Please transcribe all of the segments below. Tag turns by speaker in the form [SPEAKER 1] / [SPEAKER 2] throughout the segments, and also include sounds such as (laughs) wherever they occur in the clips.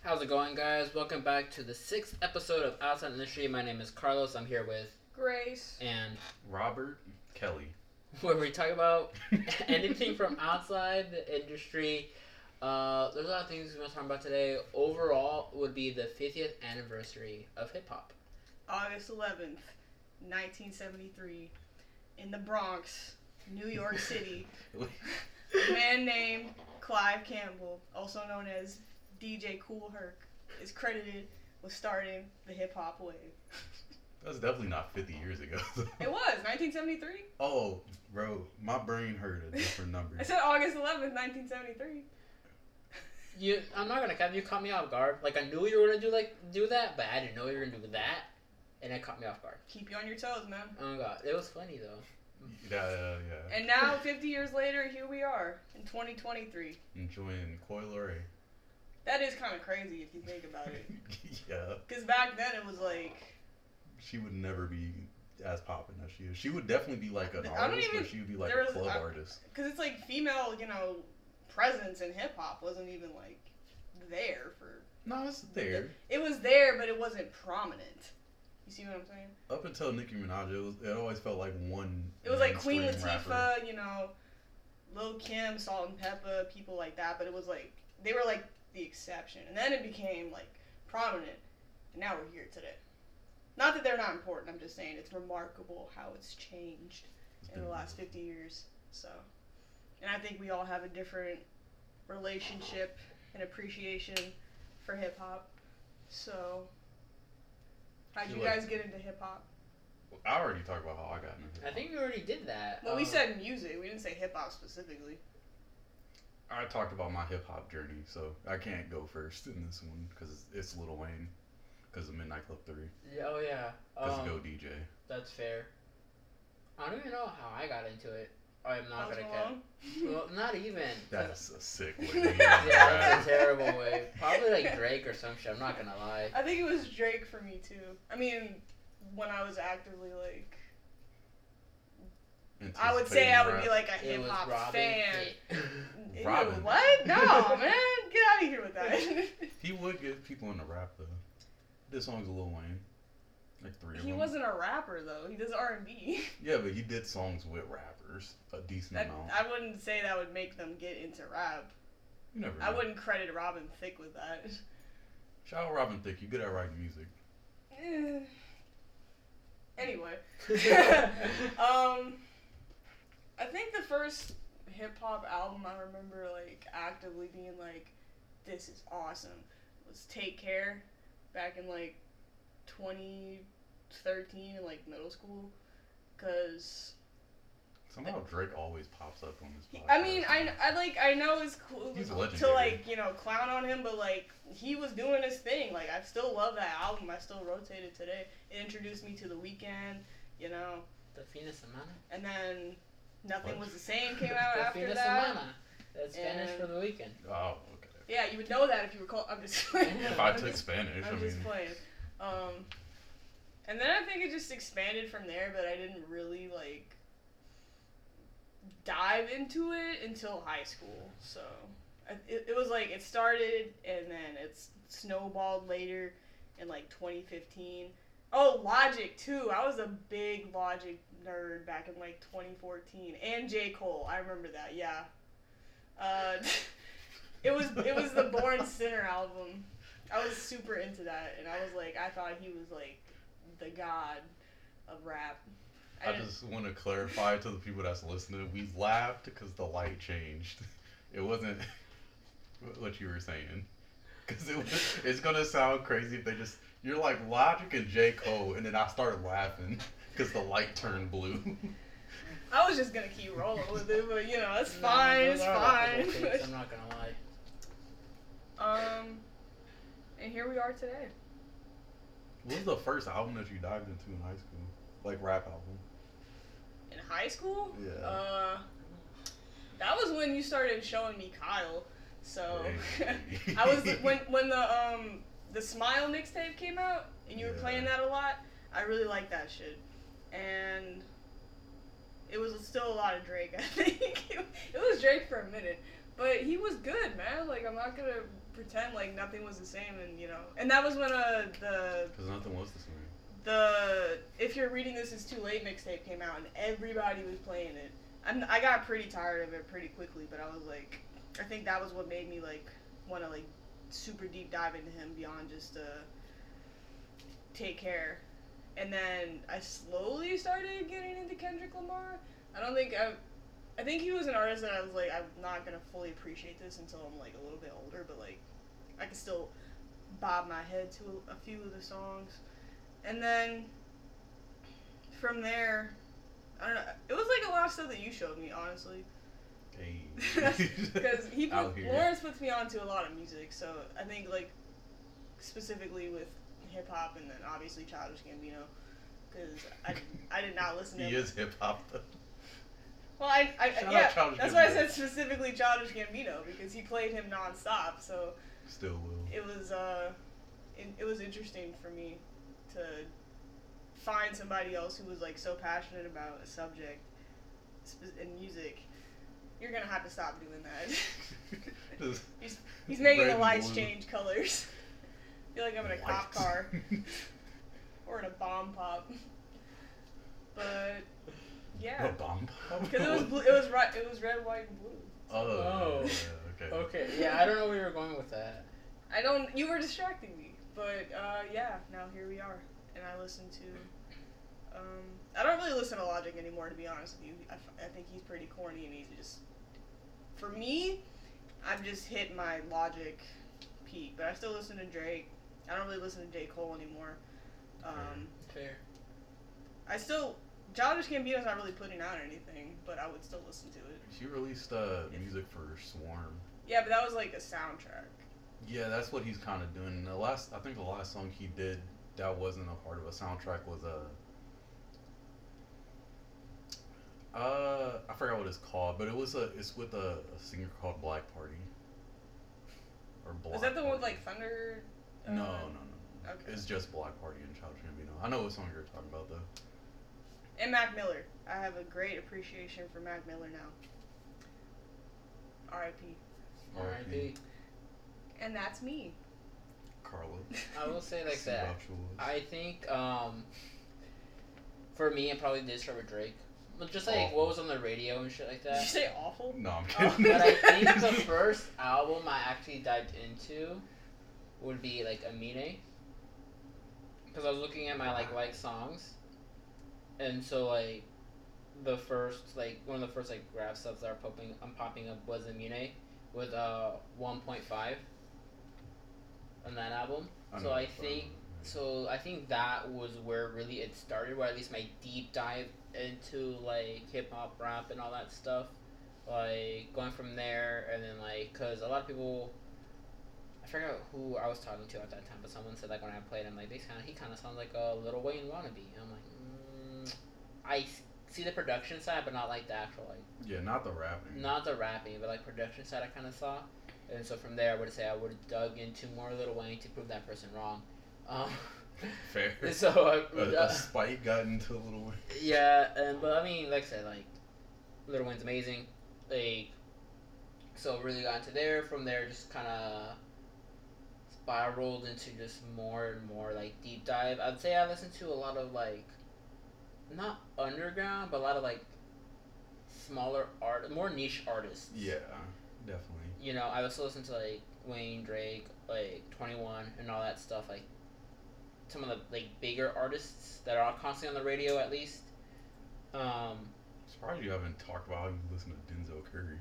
[SPEAKER 1] How's it going, guys? Welcome back to the sixth episode of Outside Industry. My name is Carlos. I'm here with
[SPEAKER 2] Grace.
[SPEAKER 1] and (laughs)
[SPEAKER 3] Robert
[SPEAKER 2] (laughs)
[SPEAKER 3] Kelly.
[SPEAKER 1] where we talk about (laughs) anything from outside the industry. Uh, there's a lot of things we want to talk about today. Overall, would be the 50th anniversary of hip
[SPEAKER 2] (laughs)
[SPEAKER 1] hop.
[SPEAKER 2] August 11th, 1973, in the Bronx, New York City, a man named Clive Campbell, also known as DJ Cool Herc, is credited with starting the hip hop wave.
[SPEAKER 3] That was definitely not 50 years ago.
[SPEAKER 2] It was 1973.
[SPEAKER 3] oh, bro, my brain heard a
[SPEAKER 2] (laughs)
[SPEAKER 3] different number.
[SPEAKER 2] I said August 11th, 1973.
[SPEAKER 1] You, I'm not gonna cap. You caught me off guard. Like I knew you were gonna do like do that, but I didn't know you were gonna do that, and it caught me off guard.
[SPEAKER 2] Keep you on your toes, man.
[SPEAKER 1] Oh my god, it was funny though.
[SPEAKER 3] Yeah, yeah, yeah.
[SPEAKER 2] And now, 50 years later, here we are in 2023.
[SPEAKER 3] Enjoying Coil Ray.
[SPEAKER 2] That is kind of crazy if you think about it.
[SPEAKER 3] (laughs) yeah,
[SPEAKER 2] Because back then it was like,
[SPEAKER 3] she would never be as popping as she is. She would definitely be like an
[SPEAKER 2] I don't
[SPEAKER 3] artist,
[SPEAKER 2] even-
[SPEAKER 3] but she would be like
[SPEAKER 2] there
[SPEAKER 3] a
[SPEAKER 2] was-
[SPEAKER 3] club
[SPEAKER 2] I-
[SPEAKER 3] artist.
[SPEAKER 2] because it's like female, you know, presence in hip hop wasn't even like there for.
[SPEAKER 3] No, it's there.
[SPEAKER 2] It was there, but it wasn't prominent. You see what I'm saying?
[SPEAKER 3] Up until Nicki Minaj, it, was, it always felt like one.
[SPEAKER 2] It was like Queen
[SPEAKER 3] mainstream
[SPEAKER 2] Latifah,
[SPEAKER 3] rapper.
[SPEAKER 2] you know, Lil Kim, Salt and Peppa, people like that. But it was like they were like the exception, and then it became like prominent, and now we're here today. Not that they're not important. I'm just saying it's remarkable how it's changed.
[SPEAKER 3] It's
[SPEAKER 2] in the
[SPEAKER 3] been-
[SPEAKER 2] last 50 years. So, and I think we all have a different relationship and appreciation for hip hop. So, how'd
[SPEAKER 3] Feel
[SPEAKER 2] you
[SPEAKER 3] like-
[SPEAKER 2] guys get into hip hop?
[SPEAKER 3] I already talked about how I got into
[SPEAKER 1] I think we already did that.
[SPEAKER 2] Well,
[SPEAKER 1] Uh,
[SPEAKER 2] we said music. We didn't say hip hop specifically.
[SPEAKER 3] I talked about my hip hop journey, so I can't go first in this one because it's, it's Lil Wayne, because of Midnight Club Three,
[SPEAKER 1] yeah, Oh yeah.
[SPEAKER 3] because
[SPEAKER 1] Um,
[SPEAKER 3] Go DJ.
[SPEAKER 2] (laughs)
[SPEAKER 1] That's fair. I don't even know how I got into it. I'm not
[SPEAKER 2] Post
[SPEAKER 1] gonna
[SPEAKER 2] Malone? (laughs)
[SPEAKER 1] get. Well, not even.
[SPEAKER 3] That's a sick way.
[SPEAKER 2] Yeah,
[SPEAKER 3] to end
[SPEAKER 1] yeah, that's a
[SPEAKER 3] that.
[SPEAKER 1] terrible way. Probably like Drake or some shit. I'm not gonna lie.
[SPEAKER 2] I think it was Drake for me too. I mean, when I was actively like, I would say I would be like a
[SPEAKER 1] It
[SPEAKER 2] hip
[SPEAKER 1] was
[SPEAKER 2] hop
[SPEAKER 1] Robin
[SPEAKER 2] fan.
[SPEAKER 1] Thicke. (laughs)
[SPEAKER 2] Ew,
[SPEAKER 3] Robin.
[SPEAKER 2] What? No, man, get out of here with that.
[SPEAKER 3] He would get people in the rap though. This song's a Lil Wayne, like three. of
[SPEAKER 2] he
[SPEAKER 3] them.
[SPEAKER 2] wasn't a rapper though. He does R and B.
[SPEAKER 3] Yeah, but he did songs with rappers a decent
[SPEAKER 2] That,
[SPEAKER 3] amount.
[SPEAKER 2] I wouldn't say that would make them get into rap.
[SPEAKER 3] you never.
[SPEAKER 2] I
[SPEAKER 3] know.
[SPEAKER 2] wouldn't credit Robin Thicke with that. (sighs)
[SPEAKER 3] Shout out Robin Thicke. You good at writing music.
[SPEAKER 2] Eh. anyway,
[SPEAKER 1] (laughs)
[SPEAKER 2] um, I think the first hip hop album I remember like actively being like, "This is awesome," was "Take Care," back in like 2013 in like middle school, because.
[SPEAKER 3] Somehow Drake always pops up on this.
[SPEAKER 2] He-
[SPEAKER 3] Podcast.
[SPEAKER 2] I mean, I, I like I know it's cool
[SPEAKER 3] Oh He's
[SPEAKER 2] to
[SPEAKER 3] legendary.
[SPEAKER 2] like you know clown on him, but like he was doing his thing. Like I still love that album. I still rotate it today. It introduced me to the weekend, you know,
[SPEAKER 1] The Fina Semana.
[SPEAKER 2] and then nothing
[SPEAKER 3] What?
[SPEAKER 2] was the same came out
[SPEAKER 1] the
[SPEAKER 2] after
[SPEAKER 1] Fina
[SPEAKER 2] that.
[SPEAKER 1] Semana. That's Spanish
[SPEAKER 2] And-
[SPEAKER 1] for the weekend.
[SPEAKER 3] Oh, okay.
[SPEAKER 2] Yeah, you would know that if you were called. I'm just (laughs) playing.
[SPEAKER 1] Yeah,
[SPEAKER 3] If I
[SPEAKER 2] I'm
[SPEAKER 3] took
[SPEAKER 2] just-
[SPEAKER 3] Spanish, I
[SPEAKER 2] I'm
[SPEAKER 3] mean,
[SPEAKER 2] just playing. Um, and then I think it just expanded from there, but I didn't really like dive into it until high school. So I, it, it was like it started and then it's snowballed later in like 2015. Oh, Logic too. I was a big Logic nerd back in like 2014, and J Cole. I remember that. Yeah. Uh, (laughs) it was it was
[SPEAKER 3] (laughs)
[SPEAKER 2] the Born Sinner album. I was super into that, and I was like, I thought he was like the god of rap.
[SPEAKER 3] I
[SPEAKER 2] didn't-
[SPEAKER 3] just want to clarify to the people that's listening. We laughed because the light changed. (laughs) It wasn't what you were saying. Because it was, it's gonna sound crazy if they just you're like Logic and J Cole, and then I started laughing because the light turned blue. (laughs)
[SPEAKER 2] I was just gonna keep rolling with it, but you know, it's
[SPEAKER 1] No,
[SPEAKER 2] fine,
[SPEAKER 1] those
[SPEAKER 2] it's
[SPEAKER 1] are our couple
[SPEAKER 2] fine. (laughs)
[SPEAKER 1] picks, I'm not gonna lie.
[SPEAKER 2] um, and here we are today.
[SPEAKER 3] what was the first album that you dived into in high school? Like rap album?
[SPEAKER 2] In high school,
[SPEAKER 3] Yeah. (laughs)
[SPEAKER 2] uh, that was when you started showing me Kyle.
[SPEAKER 3] (laughs)
[SPEAKER 2] So
[SPEAKER 3] Hey.
[SPEAKER 2] I was when when the um the Smile mixtape came out, and you were
[SPEAKER 3] Yeah.
[SPEAKER 2] playing that a lot. I really liked that shit, and it was still a lot of (laughs) Drake. I think it was Drake for a minute, but he was good, man. Like I'm not gonna pretend like nothing was the same, and you know, and that was when uh the
[SPEAKER 3] Because nothing was the same.
[SPEAKER 2] (laughs) the if you're reading this is too late mixtape came out and everybody was playing it and i got pretty tired of it pretty quickly but i was like i think that was what made me like want to like super deep dive into him beyond just uh take care and then i slowly started getting into kendrick lamar i don't think i i think he was an artist that i was like i'm not gonna fully appreciate this until i'm like a little bit older but like i can still bob my head to a few of the songs and then from there, I don't know. It was like a lot of stuff that you showed me,
[SPEAKER 3] (laughs)
[SPEAKER 2] honestly, (laughs)
[SPEAKER 3] Hey.
[SPEAKER 2] because he
[SPEAKER 3] Out
[SPEAKER 2] put,
[SPEAKER 3] here.
[SPEAKER 2] Lawrence puts me onto a lot of music. So I think like specifically with hip hop, and then obviously Childish Gambino, because I, I did not listen to.
[SPEAKER 3] (laughs) He
[SPEAKER 2] him.
[SPEAKER 3] is hip hop. though.
[SPEAKER 2] Well, I, I
[SPEAKER 3] Shout out
[SPEAKER 2] yeah,
[SPEAKER 3] Childish
[SPEAKER 2] that's why I
[SPEAKER 3] Gambino.
[SPEAKER 2] said specifically Childish Gambino because he played him nonstop. So
[SPEAKER 3] Still will.
[SPEAKER 2] it was uh it, it was interesting for me to find somebody else who was like so passionate about a subject spe- and music you're gonna have to stop doing that (laughs)
[SPEAKER 3] (laughs) Just
[SPEAKER 2] he's, he's making the
[SPEAKER 3] red and
[SPEAKER 2] lights
[SPEAKER 3] blue.
[SPEAKER 2] change colors (laughs) I feel like i'm in a cop
[SPEAKER 3] Lights. (laughs)
[SPEAKER 2] car (laughs) or in a bomb pop but
[SPEAKER 3] A
[SPEAKER 2] yeah (laughs)
[SPEAKER 3] bomb pop?
[SPEAKER 2] because it was blue, it was right it was red white and blue
[SPEAKER 3] Oh,
[SPEAKER 1] Oh.
[SPEAKER 3] yeah, okay.
[SPEAKER 1] Okay, yeah, I don't know where you were going with that.
[SPEAKER 2] I don't. You were distracting me, but uh, yeah. Now here we are, and I listen to. Um, I don't really listen to Logic anymore, to be honest with you. I, f- I think he's pretty corny, and he's just. For me, I've just hit my Logic peak, but I still listen to Drake. I don't really listen to J Cole anymore. Um,
[SPEAKER 1] Fair.
[SPEAKER 2] I still. Childish Gambino's not really putting out anything, but I would still listen to it.
[SPEAKER 3] She released uh, music for Swarm.
[SPEAKER 2] Yeah, but that was like a soundtrack.
[SPEAKER 3] Yeah, that's what he's kind of doing. And the last, I think the last song he did that wasn't a part of a soundtrack was a. Uh, I forgot what it's called, but it was a. It's with a, a singer called Black Party. Or Black.
[SPEAKER 2] Was that the one with
[SPEAKER 3] Party.
[SPEAKER 2] like Thunder? uh,
[SPEAKER 3] No, no, no. no.
[SPEAKER 2] Okay.
[SPEAKER 3] It's just Black Party and Child Gambino. I know what song you're talking about though.
[SPEAKER 2] And Mac Miller. I have a great appreciation for Mac Miller now. R.I.P.
[SPEAKER 1] R.I.P.
[SPEAKER 2] And that's me.
[SPEAKER 3] Carla.
[SPEAKER 1] I
[SPEAKER 2] (laughs)
[SPEAKER 1] will say like
[SPEAKER 3] Steve
[SPEAKER 1] that.
[SPEAKER 3] Upshaw's.
[SPEAKER 1] I think um, for me, I probably did start with Drake, but just like
[SPEAKER 3] Awful.
[SPEAKER 1] what was on the radio and shit like
[SPEAKER 2] Did you
[SPEAKER 1] that.
[SPEAKER 2] say awful?
[SPEAKER 3] No, I'm
[SPEAKER 2] Oh.
[SPEAKER 3] kidding. (laughs)
[SPEAKER 1] But I think the first album I actually dived into would be like Amine, because I was looking at my like like songs, and so like the first like one of the first like rap stuff that are popping I'm popping up was Amine with uh 1.5 on that album.
[SPEAKER 3] know
[SPEAKER 1] So I
[SPEAKER 3] what song
[SPEAKER 1] think
[SPEAKER 3] it is.
[SPEAKER 1] So I think that was where really it started, where at least my deep dive into like hip hop, rap, and all that stuff, like going from there, and then like because a lot of people, I forgot who I was talking to at that time, but someone said like when I played, I'm like this kind of he kind of sounds like a Little Wayne wannabe. And I'm like, mm, I s- see the production side, but not like the actual like
[SPEAKER 3] Yeah, not the rapping.
[SPEAKER 1] not the rapping, but like production side, I kind of saw. And so from there, I would say I would have dug into more Little Wayne to prove that person wrong. Um, (laughs)
[SPEAKER 3] Fair.
[SPEAKER 1] and so I,
[SPEAKER 3] a,
[SPEAKER 1] uh,
[SPEAKER 3] a spike got into a little. Wayne.
[SPEAKER 1] (laughs) yeah, and but I mean, like I said, like Little Wayne's amazing. Like, so really got into there. From there, just kind of spiraled into just more and more like deep dive. I'd say I listened to a lot of like, not underground, but a lot of like smaller art, more niche artists.
[SPEAKER 3] Yeah, definitely.
[SPEAKER 1] you know, I also listen to like Wayne Drake, like Twenty One, and all that stuff. Like some of the like bigger artists that are constantly on the radio, at least. Um.
[SPEAKER 3] Surprised you haven't talked about how you listen to Denzel Curry.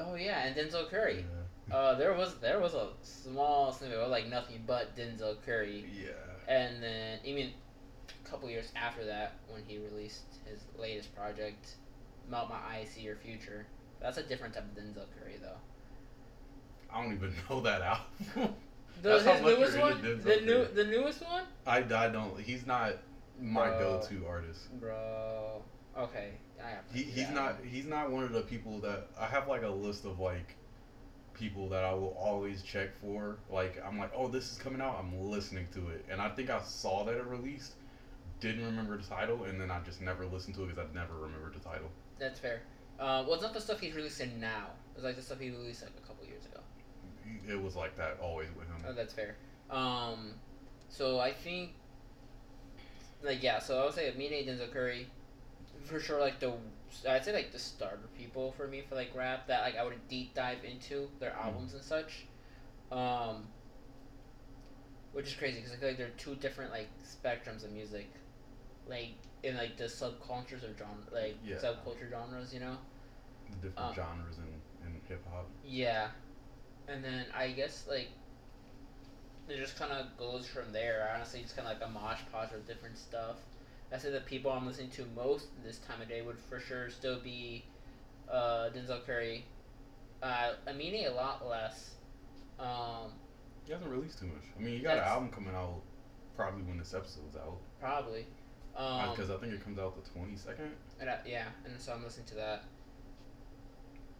[SPEAKER 1] Oh yeah, and Denzel Curry.
[SPEAKER 3] Yeah.
[SPEAKER 1] Uh, there was there was a small snippet of like nothing but Denzel Curry,
[SPEAKER 3] Yeah.
[SPEAKER 1] and then even a couple years after that, when he released his latest project, "Melt My Eyes, See Your Future." That's a different type of Denzel Curry, though.
[SPEAKER 3] I don't even (laughs) know that album.
[SPEAKER 1] The,
[SPEAKER 3] That's how
[SPEAKER 1] his
[SPEAKER 3] much you're
[SPEAKER 1] newest
[SPEAKER 3] into
[SPEAKER 1] one,
[SPEAKER 3] Denzel
[SPEAKER 1] the new,
[SPEAKER 3] Curry.
[SPEAKER 1] the newest one.
[SPEAKER 3] I, I don't. He's not my
[SPEAKER 1] Bro.
[SPEAKER 3] go-to artist.
[SPEAKER 1] Bro. Okay. I have
[SPEAKER 3] He, he's not. He's not one of the people that I have like a list of like people that I will always check for. Like I'm like, oh, this is coming out. I'm listening to it, and I think I saw that it released. Didn't remember the title, and then I just never listened to it because I never remembered the title.
[SPEAKER 1] That's fair. Uh, well, it's not the stuff he's releasing now. It's like the stuff he released like a couple years ago.
[SPEAKER 3] it was like that always with
[SPEAKER 1] Oh,
[SPEAKER 3] him.
[SPEAKER 1] that's fair. Um, so I think, like, yeah. So I would say me and Denzel Curry, for sure. Like the, I'd say like the starter people for me for like rap that like I would deep dive into their albums and such, um, which is crazy because I feel like they're two different like spectrums of music, like in like the subcultures of genre, like
[SPEAKER 3] Yeah.
[SPEAKER 1] subculture genres, you know.
[SPEAKER 3] The different
[SPEAKER 1] Uh.
[SPEAKER 3] genres in, in hip hop.
[SPEAKER 1] Yeah, and then I guess like it just kind of goes from there. Honestly, it's kind of like a mosh posh of different stuff. I say the people I'm listening to most this time of day would for sure still be uh, Denzel Curry, uh, Amini a lot less. Um,
[SPEAKER 3] He hasn't released too much. I mean, you got
[SPEAKER 1] That's-
[SPEAKER 3] an album coming out probably when this episode's out
[SPEAKER 1] probably. Um,
[SPEAKER 3] because I think it comes out the twenty second.
[SPEAKER 1] and I, yeah, and so I'm listening to that.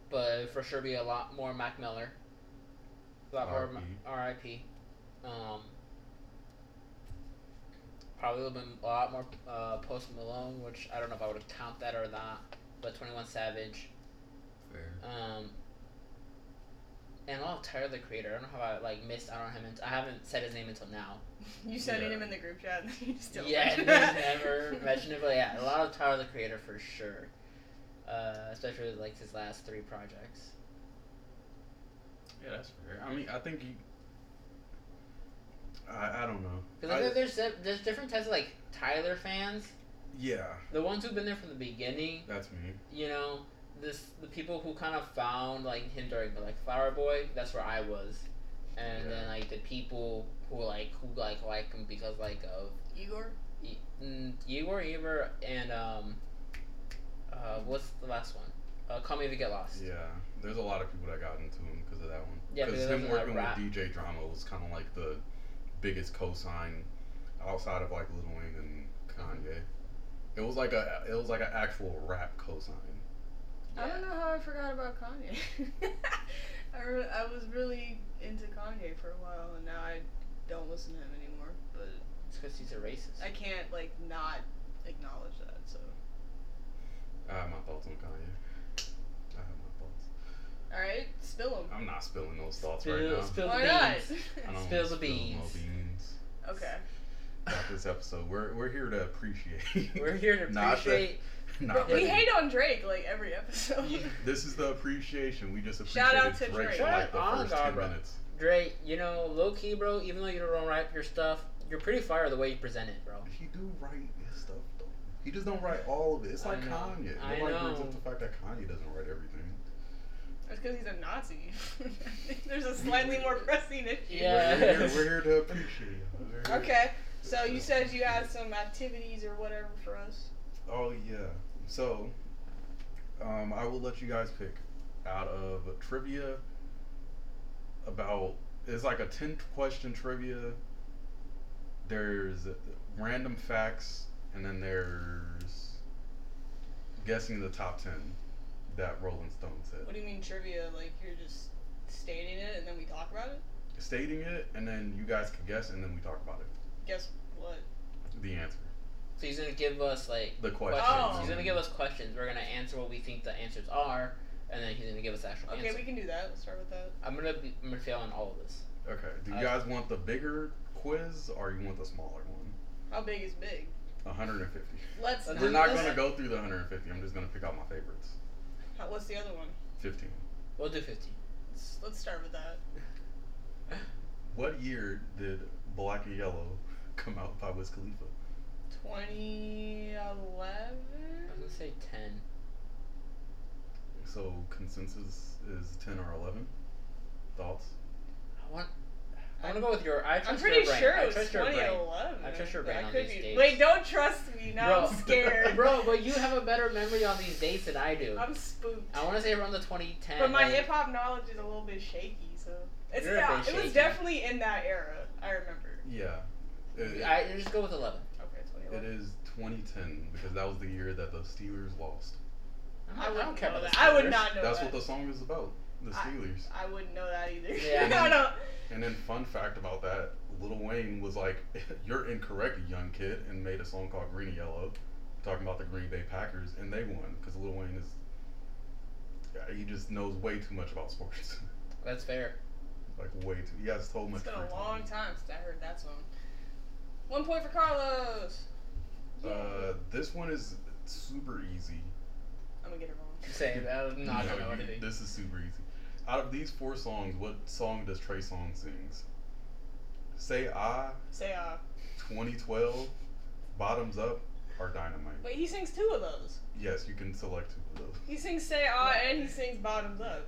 [SPEAKER 1] But it would for sure be a lot more Mac Miller. A lot more
[SPEAKER 3] R.I.P..
[SPEAKER 1] Ma- R.I.P. Um, probably a little bit, a lot more uh, Post Malone, which I don't know if I would count that or not. But Twenty One Savage,
[SPEAKER 3] Fair.
[SPEAKER 1] um, and a lot of Tyler the Creator. I don't know how I like missed out on him. And I haven't said his name until now.
[SPEAKER 2] You said
[SPEAKER 3] Yeah.
[SPEAKER 2] him in the group chat and you still
[SPEAKER 1] yeah,
[SPEAKER 2] mentioned it.
[SPEAKER 3] (laughs)
[SPEAKER 1] never mentioned it, but yeah, a lot of Tyler the Creator for sure. Uh, especially with, like his last three projects.
[SPEAKER 3] Yeah, that's fair. I mean, I think you. I, I don't know.
[SPEAKER 1] Because like,
[SPEAKER 3] I-
[SPEAKER 1] there- there's di- there's different types of like Tyler fans.
[SPEAKER 3] yeah,
[SPEAKER 1] The ones who've been there from the beginning,
[SPEAKER 3] that's me.
[SPEAKER 1] you know, this the people who kind of found like him during the like Flower Boy. That's where I was, and then
[SPEAKER 3] Yeah.
[SPEAKER 1] like the people who like who like like him because like of
[SPEAKER 2] (laughs) Igor?
[SPEAKER 1] Y- mm, Igor Eber and um, uh, what's the last one? Uh, Call Me If You Get Lost.
[SPEAKER 3] Yeah, there's a lot of people that got into him because of that one.
[SPEAKER 1] Yeah, because
[SPEAKER 3] because
[SPEAKER 1] it
[SPEAKER 3] him
[SPEAKER 1] was a
[SPEAKER 3] working with
[SPEAKER 1] rap.
[SPEAKER 3] DJ Drama was kind of like the biggest cosign outside of like Lil Wayne and Kanye. It was like a it was like an actual rap cosign.
[SPEAKER 2] I
[SPEAKER 3] Oh,
[SPEAKER 2] don't know how I forgot about Kanye. (laughs) I, re- I was really into Kanye for a while, and now I don't listen to him anymore. But
[SPEAKER 1] It's because he's a racist.
[SPEAKER 2] I can't like not acknowledge that. So,
[SPEAKER 3] I have my thoughts on Kanye. I have my thoughts.
[SPEAKER 2] all right, spill them.
[SPEAKER 3] I'm not spilling those thoughts
[SPEAKER 1] Spill-
[SPEAKER 3] right now.
[SPEAKER 1] spill
[SPEAKER 2] Why
[SPEAKER 1] the
[SPEAKER 2] not?
[SPEAKER 1] beans.
[SPEAKER 2] (laughs)
[SPEAKER 3] I don't
[SPEAKER 1] spill the
[SPEAKER 3] wanna no
[SPEAKER 1] beans.
[SPEAKER 3] beans.
[SPEAKER 2] okay.
[SPEAKER 3] About this episode, we're we're here to appreciate.
[SPEAKER 1] We're
[SPEAKER 3] (laughs)
[SPEAKER 1] here to
[SPEAKER 3] Not
[SPEAKER 2] (laughs)
[SPEAKER 3] that-
[SPEAKER 1] appreciate.
[SPEAKER 3] Nah,
[SPEAKER 2] But we
[SPEAKER 3] but-
[SPEAKER 2] hate on Drake like every episode.
[SPEAKER 3] This is the appreciation. We just appreciate
[SPEAKER 2] Shout out to
[SPEAKER 3] Drake
[SPEAKER 2] Drake.
[SPEAKER 3] for like the
[SPEAKER 1] Shout out
[SPEAKER 3] first
[SPEAKER 1] to
[SPEAKER 3] ten
[SPEAKER 1] Barbara.
[SPEAKER 3] minutes.
[SPEAKER 1] Dre, you know, low key, bro. Even though you don't write your stuff, you're pretty fire the way you present it, bro.
[SPEAKER 3] He do write his stuff though. He just don't write all of it. It's
[SPEAKER 1] I
[SPEAKER 3] like
[SPEAKER 1] know.
[SPEAKER 3] Kanye.
[SPEAKER 1] I
[SPEAKER 3] Nobody brings
[SPEAKER 1] know.
[SPEAKER 3] up the fact that Kanye doesn't write everything.
[SPEAKER 2] (laughs) That's because he's a Nazi. (laughs) There's a slightly more pressing issue.
[SPEAKER 1] Yeah.
[SPEAKER 3] We're here, we're here to appreciate. it. We're here-
[SPEAKER 2] Okay, so you said you had some activities or whatever for us.
[SPEAKER 3] Oh yeah. So, um, I will let you guys pick out of trivia about it's like a ten question trivia. There's random facts, and then there's guessing the top ten that Rolling Stone
[SPEAKER 2] What
[SPEAKER 3] said,
[SPEAKER 2] do you mean trivia? Like you're just stating it and then we talk about it?
[SPEAKER 3] stating it, and then you guys can guess, and then we talk about it.
[SPEAKER 2] Guess what?
[SPEAKER 3] The answer,
[SPEAKER 1] So he's gonna give us like
[SPEAKER 3] the question.
[SPEAKER 1] questions.
[SPEAKER 2] Oh.
[SPEAKER 1] He's gonna give us questions. We're gonna answer what we think the answers are, and then he's gonna give us actual
[SPEAKER 2] Okay,
[SPEAKER 1] answers.
[SPEAKER 2] we can do that. Let's start with that.
[SPEAKER 1] I'm gonna be, I'm gonna fail on all of this.
[SPEAKER 3] Okay. Do you
[SPEAKER 1] I-
[SPEAKER 3] guys want the bigger quiz or you want the smaller one?
[SPEAKER 2] How big is big?
[SPEAKER 3] 150.
[SPEAKER 2] Let's.
[SPEAKER 1] We're
[SPEAKER 3] We're not
[SPEAKER 2] let's-
[SPEAKER 3] gonna go through the 150. I'm just gonna pick out my favorites.
[SPEAKER 2] how- what's the other one?
[SPEAKER 3] 15.
[SPEAKER 1] We'll do 50.
[SPEAKER 2] Let's, let's start with that.
[SPEAKER 3] What year did Black and Yellow (laughs) come out by Wiz Khalifa?
[SPEAKER 2] 2011.
[SPEAKER 1] I'm gonna say 10.
[SPEAKER 3] So consensus is 10 or 11. Thoughts?
[SPEAKER 1] I want. I want to go with your. I trust
[SPEAKER 2] I'm pretty
[SPEAKER 1] your brain.
[SPEAKER 2] sure
[SPEAKER 1] I
[SPEAKER 2] it was
[SPEAKER 1] trust your brain.
[SPEAKER 2] (laughs) 2011.
[SPEAKER 1] I trust your
[SPEAKER 2] but
[SPEAKER 1] brain
[SPEAKER 2] I
[SPEAKER 1] on
[SPEAKER 2] could
[SPEAKER 1] these
[SPEAKER 2] be-
[SPEAKER 1] dates.
[SPEAKER 2] Wait, don't trust me. Now I'm
[SPEAKER 1] Bro. (laughs)
[SPEAKER 2] scared.
[SPEAKER 1] Bro, but you have a better memory on these dates than I do.
[SPEAKER 2] I'm spooked.
[SPEAKER 1] I want to say around the 2010.
[SPEAKER 2] But my
[SPEAKER 1] like-
[SPEAKER 2] hip hop knowledge is a little bit shaky, so it's
[SPEAKER 1] You're a
[SPEAKER 2] yeah,
[SPEAKER 1] bit
[SPEAKER 2] it was
[SPEAKER 1] shaky.
[SPEAKER 2] definitely in that era. I remember.
[SPEAKER 3] Yeah. It,
[SPEAKER 1] I I just go with 11.
[SPEAKER 2] Okay, 2011.
[SPEAKER 3] it is 2010 because that was the year that the Steelers lost.
[SPEAKER 1] I'm not-
[SPEAKER 2] I
[SPEAKER 1] I don't
[SPEAKER 2] wouldn't
[SPEAKER 1] care
[SPEAKER 2] know
[SPEAKER 1] about
[SPEAKER 2] that.
[SPEAKER 1] the
[SPEAKER 2] I would
[SPEAKER 1] Steelers.
[SPEAKER 2] not know
[SPEAKER 3] That's
[SPEAKER 2] that.
[SPEAKER 3] what the song is about. The
[SPEAKER 2] I-
[SPEAKER 3] Steelers.
[SPEAKER 2] I wouldn't know that either. (laughs)
[SPEAKER 1] Yeah.
[SPEAKER 2] no, no.
[SPEAKER 3] And then fun fact about that, Lil Wayne was like, (laughs) "You're incorrect, young kid," and made a song called Green and Yellow, talking about the Green Bay Packers, and they won because Lil Wayne is, yeah, he just knows way too much about sports. (laughs)
[SPEAKER 1] That's fair.
[SPEAKER 3] Like way too. He has so much.
[SPEAKER 2] It's been
[SPEAKER 3] free
[SPEAKER 2] a long time since I heard that song. One point for Carlos.
[SPEAKER 3] Uh, this one is super easy.
[SPEAKER 2] I'm gonna get it wrong.
[SPEAKER 1] Same. I'm not
[SPEAKER 3] No,
[SPEAKER 1] gonna know
[SPEAKER 3] you-
[SPEAKER 1] anything.
[SPEAKER 3] This is super easy. Out of these four songs, what song does Trey Songz sings? Say I,
[SPEAKER 2] Say uh.
[SPEAKER 3] 2012, Bottoms Up, or Dynamite.
[SPEAKER 2] Wait, he sings two of those.
[SPEAKER 3] Yes, you can select two of
[SPEAKER 2] He sings Say Ah and he sings Bottoms Up.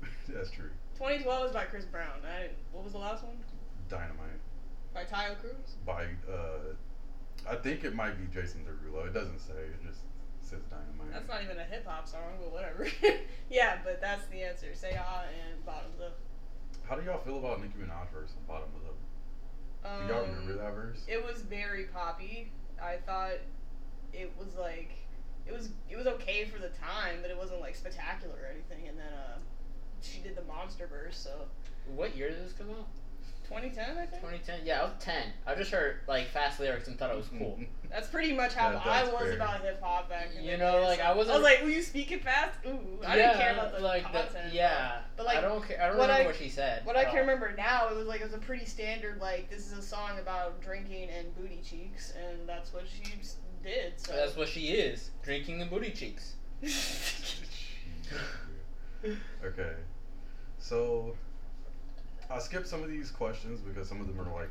[SPEAKER 3] those. (laughs) That's true.
[SPEAKER 2] 2012 is by Chris Brown. I didn't, what was the last one?
[SPEAKER 3] Dynamite
[SPEAKER 2] By Tyo Cruz?
[SPEAKER 3] by uh, I think it might be Jason Derulo. It doesn't say. It just says Dynamite.
[SPEAKER 2] That's not even a hip hop song, but whatever. (laughs) yeah, but that's the answer. Say Ah and Bottoms Up.
[SPEAKER 3] How do y'all feel about Nicki Minaj verse Bottoms Up?
[SPEAKER 2] Um,
[SPEAKER 3] Do y'all remember that verse?
[SPEAKER 2] It was very poppy. I thought it was like it was it was okay for the time, but it wasn't like spectacular or anything. And then uh, she did the monster burst, so
[SPEAKER 1] What year did this come out?
[SPEAKER 2] 2010, I think.
[SPEAKER 1] 2010. Yeah, I was 10. I just heard like fast lyrics and thought it was
[SPEAKER 3] Mm-hmm. (laughs)
[SPEAKER 1] cool.
[SPEAKER 2] That's pretty much how
[SPEAKER 3] That-
[SPEAKER 2] I
[SPEAKER 3] that's
[SPEAKER 2] was
[SPEAKER 3] fair.
[SPEAKER 2] about hip hop back. In
[SPEAKER 1] You
[SPEAKER 2] the
[SPEAKER 1] know,
[SPEAKER 2] day,
[SPEAKER 1] like,
[SPEAKER 2] so
[SPEAKER 1] I wasn't-
[SPEAKER 2] was like, "Will you speak it fast?" Ooh, I didn't care about the
[SPEAKER 1] like
[SPEAKER 2] content.
[SPEAKER 1] yeah,
[SPEAKER 2] But, like,
[SPEAKER 1] I don't care. I don't
[SPEAKER 2] what
[SPEAKER 1] remember
[SPEAKER 2] I-
[SPEAKER 1] what she said.
[SPEAKER 2] What I
[SPEAKER 1] at
[SPEAKER 2] can
[SPEAKER 1] all.
[SPEAKER 2] remember now, it was like it was a pretty standard like this is a song about drinking and booty cheeks, and that's what she s- did. So (laughs)
[SPEAKER 1] That's what she is drinking the booty cheeks.
[SPEAKER 3] okay. So I skipped some of these questions because some of them are like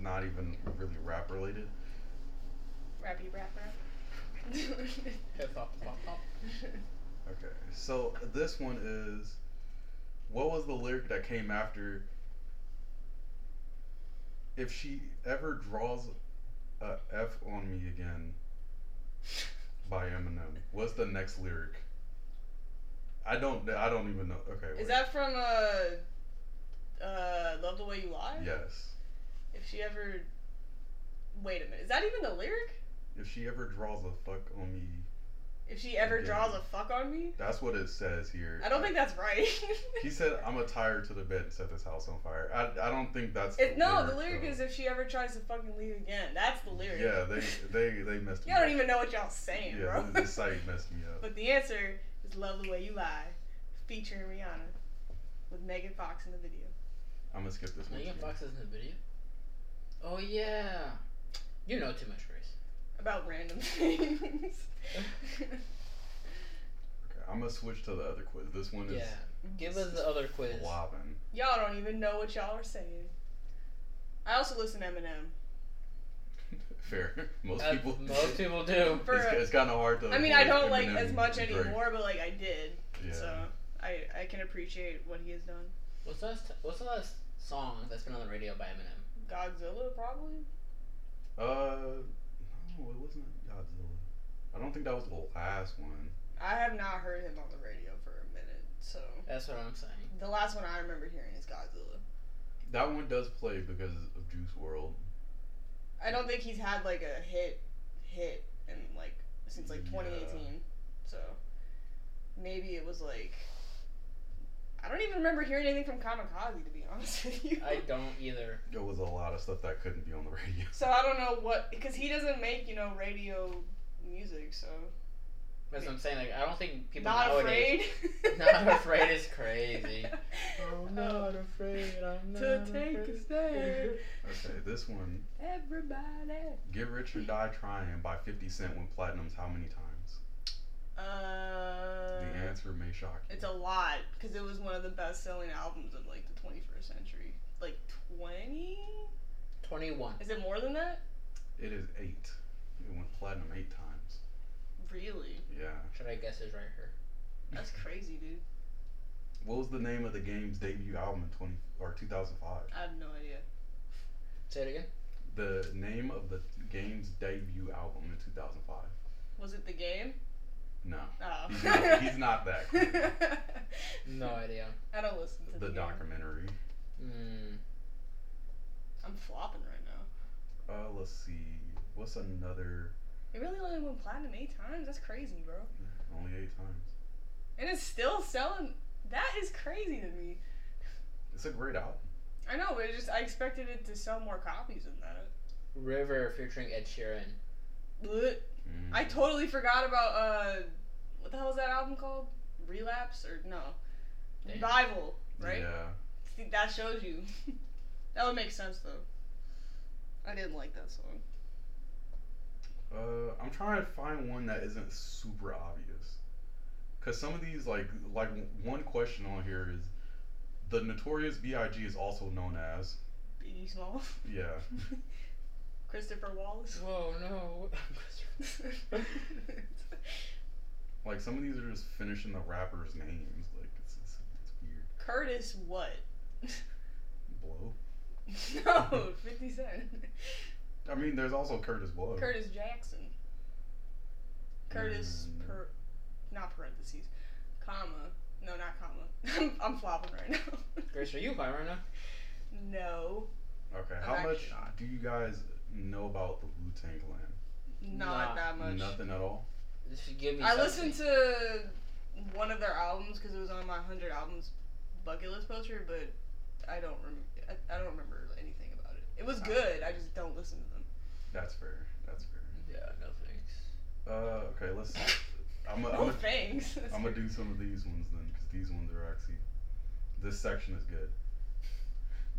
[SPEAKER 3] not even really rap related.
[SPEAKER 2] rappy rap rap.
[SPEAKER 1] (laughs) Hip hop, hop, hop.
[SPEAKER 3] Okay. So this one is what was the lyric that came after if she ever draws a F on me again by Eminem? What's the next lyric? I don't I don't even know. Okay.
[SPEAKER 2] Is
[SPEAKER 3] wait.
[SPEAKER 2] that from uh, uh, Love the Way You Lie?
[SPEAKER 3] Yes.
[SPEAKER 2] If she ever. Wait a minute. Is that even the lyric?
[SPEAKER 3] If she ever draws a fuck on me,
[SPEAKER 2] If she ever
[SPEAKER 3] Yeah.
[SPEAKER 2] draws a fuck on me?
[SPEAKER 3] that's what it says here.
[SPEAKER 2] I don't think that's right.
[SPEAKER 3] he said, "I'm a tire to the bed and set this house on fire." I, I don't think that's
[SPEAKER 2] (laughs) It, no, the lyric
[SPEAKER 3] though.
[SPEAKER 2] is if she ever tries to fucking leave again. That's the lyric.
[SPEAKER 3] Yeah, they they they messed
[SPEAKER 2] (laughs)
[SPEAKER 3] me.
[SPEAKER 2] Y'all don't
[SPEAKER 3] up.
[SPEAKER 2] even know what y'all saying,
[SPEAKER 3] Yeah,
[SPEAKER 2] bro.
[SPEAKER 3] the this site messed me up.
[SPEAKER 2] But the answer is Love the Way You Lie, featuring Rihanna, with Megan Fox in the video.
[SPEAKER 3] I'm gonna skip this one.
[SPEAKER 1] Megan
[SPEAKER 3] too.
[SPEAKER 1] Fox is in the video. Oh yeah, you know too much, Grace.
[SPEAKER 2] About random (laughs) things.
[SPEAKER 3] Okay, I'm gonna switch to the other quiz. This one is
[SPEAKER 1] Yeah, give us the other quiz.
[SPEAKER 3] lobbing.
[SPEAKER 2] y'all don't even know what y'all are saying. I also listen to Eminem.
[SPEAKER 3] (laughs) Fair. Most
[SPEAKER 1] As
[SPEAKER 3] people.
[SPEAKER 1] Uh,
[SPEAKER 3] (laughs)
[SPEAKER 1] most people do.
[SPEAKER 2] For-
[SPEAKER 3] it's, it's kind of hard to.
[SPEAKER 2] I mean, I
[SPEAKER 3] avoid
[SPEAKER 2] don't like
[SPEAKER 3] Eminem
[SPEAKER 2] as much
[SPEAKER 3] and Drake.
[SPEAKER 2] anymore, but like I did.
[SPEAKER 3] Yeah.
[SPEAKER 2] So I, I can appreciate what he has done.
[SPEAKER 1] What's the last? What's the last song that's been on the radio by Eminem?
[SPEAKER 2] Godzilla, probably?
[SPEAKER 3] Uh, no, it wasn't Godzilla. I don't think that was the last one.
[SPEAKER 2] I have not heard him on the radio for a minute, so.
[SPEAKER 1] That's what I'm saying.
[SPEAKER 2] The last one I remember hearing is Godzilla.
[SPEAKER 3] That one does play because of Juice World.
[SPEAKER 2] I don't think he's had like a hit hit in like since like
[SPEAKER 3] Yeah.
[SPEAKER 2] 2018. So maybe it was like I don't even remember hearing anything from Kamikaze to be honest with you.
[SPEAKER 1] I don't either.
[SPEAKER 3] There was a lot of stuff that couldn't be on the (laughs) radio.
[SPEAKER 2] (laughs) so I don't know what because he doesn't make you know radio music. So
[SPEAKER 1] That's what I'm saying. Like I don't think people
[SPEAKER 2] not
[SPEAKER 1] nowadays.
[SPEAKER 2] afraid.
[SPEAKER 1] (laughs)
[SPEAKER 2] (laughs)
[SPEAKER 1] Not afraid is (laughs) crazy.
[SPEAKER 2] I'm not
[SPEAKER 1] afraid. I'm
[SPEAKER 2] Oh. to take a stand,
[SPEAKER 3] Okay, this one,
[SPEAKER 2] everybody.
[SPEAKER 3] "Get Rich or Die Trying" by Fifty Cent went platinums how many times?
[SPEAKER 2] Uh,
[SPEAKER 3] the answer may shock you.
[SPEAKER 2] It's a lot because it was one of the best selling albums of like the 21st century. Like 20?
[SPEAKER 1] 21.
[SPEAKER 2] Is it more than that?
[SPEAKER 3] It is eight. It went platinum eight times.
[SPEAKER 2] Really?
[SPEAKER 3] Yeah.
[SPEAKER 1] Should I guess is right here?
[SPEAKER 2] That's crazy, dude.
[SPEAKER 3] What was the name of the game's debut album in twenty or two thousand five?
[SPEAKER 2] I have no idea.
[SPEAKER 1] Say it again.
[SPEAKER 3] The name of the game's debut album in two thousand five.
[SPEAKER 2] Was it the game? (laughs)
[SPEAKER 3] No,
[SPEAKER 2] Oh.
[SPEAKER 3] (laughs) he's not, he's not that.
[SPEAKER 2] (laughs)
[SPEAKER 3] cool.
[SPEAKER 1] No idea.
[SPEAKER 2] I don't listen to the,
[SPEAKER 3] The
[SPEAKER 2] game.
[SPEAKER 3] documentary.
[SPEAKER 1] Mm,
[SPEAKER 2] I'm flopping right now.
[SPEAKER 3] Uh, let's see. What's another?
[SPEAKER 2] It really only went platinum eight times. That's crazy, bro.
[SPEAKER 3] Only eight times.
[SPEAKER 2] And it's still selling. That is crazy to me.
[SPEAKER 3] It's a great album.
[SPEAKER 2] I know, but it just I expected it to sell more copies than that.
[SPEAKER 1] River featuring Ed Sheeran.
[SPEAKER 2] Blech.
[SPEAKER 3] Mm.
[SPEAKER 2] I totally forgot about uh, what the hell is that album called? Relapse or no?
[SPEAKER 1] Damn.
[SPEAKER 2] Revival, right?
[SPEAKER 3] Yeah.
[SPEAKER 2] See, that shows you. (laughs) that would make sense though. I didn't like that song.
[SPEAKER 3] Uh, I'm trying to find one that isn't super obvious. Cause some of these, like, like one question on here is, the Notorious B.I.G. is also known as,
[SPEAKER 2] Biggie Small.
[SPEAKER 3] yeah.
[SPEAKER 2] (laughs) Christopher Wallace. (laughs)
[SPEAKER 1] Whoa, no.
[SPEAKER 3] Like some of these are just finishing the rappers' names. Like it's, it's, it's weird.
[SPEAKER 2] Curtis what? (laughs)
[SPEAKER 3] Blow.
[SPEAKER 2] no, 50 Cent.
[SPEAKER 3] (laughs) I mean, there's also Curtis Blow.
[SPEAKER 2] Curtis Jackson. Curtis
[SPEAKER 3] Mm.
[SPEAKER 2] per not parentheses. Comma. No, not comma. (laughs) I'm, I'm flopping right now.
[SPEAKER 1] (laughs)
[SPEAKER 2] (laughs)
[SPEAKER 1] Grace, are you high right now?
[SPEAKER 2] no.
[SPEAKER 3] Okay,
[SPEAKER 2] I'm
[SPEAKER 3] how
[SPEAKER 2] actually
[SPEAKER 3] much
[SPEAKER 2] not.
[SPEAKER 3] do you guys know about the Wu Tang Clan?
[SPEAKER 1] Nah,
[SPEAKER 2] Not that much.
[SPEAKER 3] Nothing at all.
[SPEAKER 1] Just give me.
[SPEAKER 2] I
[SPEAKER 1] something.
[SPEAKER 2] listened to one of their albums because it was on my 100 albums bucket list poster, but I don't rem- I, I don't remember anything about it. It was
[SPEAKER 1] Uh,
[SPEAKER 3] Ah.
[SPEAKER 2] good. I just don't listen to them.
[SPEAKER 3] That's fair. That's fair.
[SPEAKER 1] Yeah, no thanks.
[SPEAKER 3] Uh, okay, let's. I'm gonna
[SPEAKER 2] Oh,
[SPEAKER 3] I'm
[SPEAKER 2] thanks.
[SPEAKER 3] I'm gonna do some of these ones then, because these ones are actually. This section is good.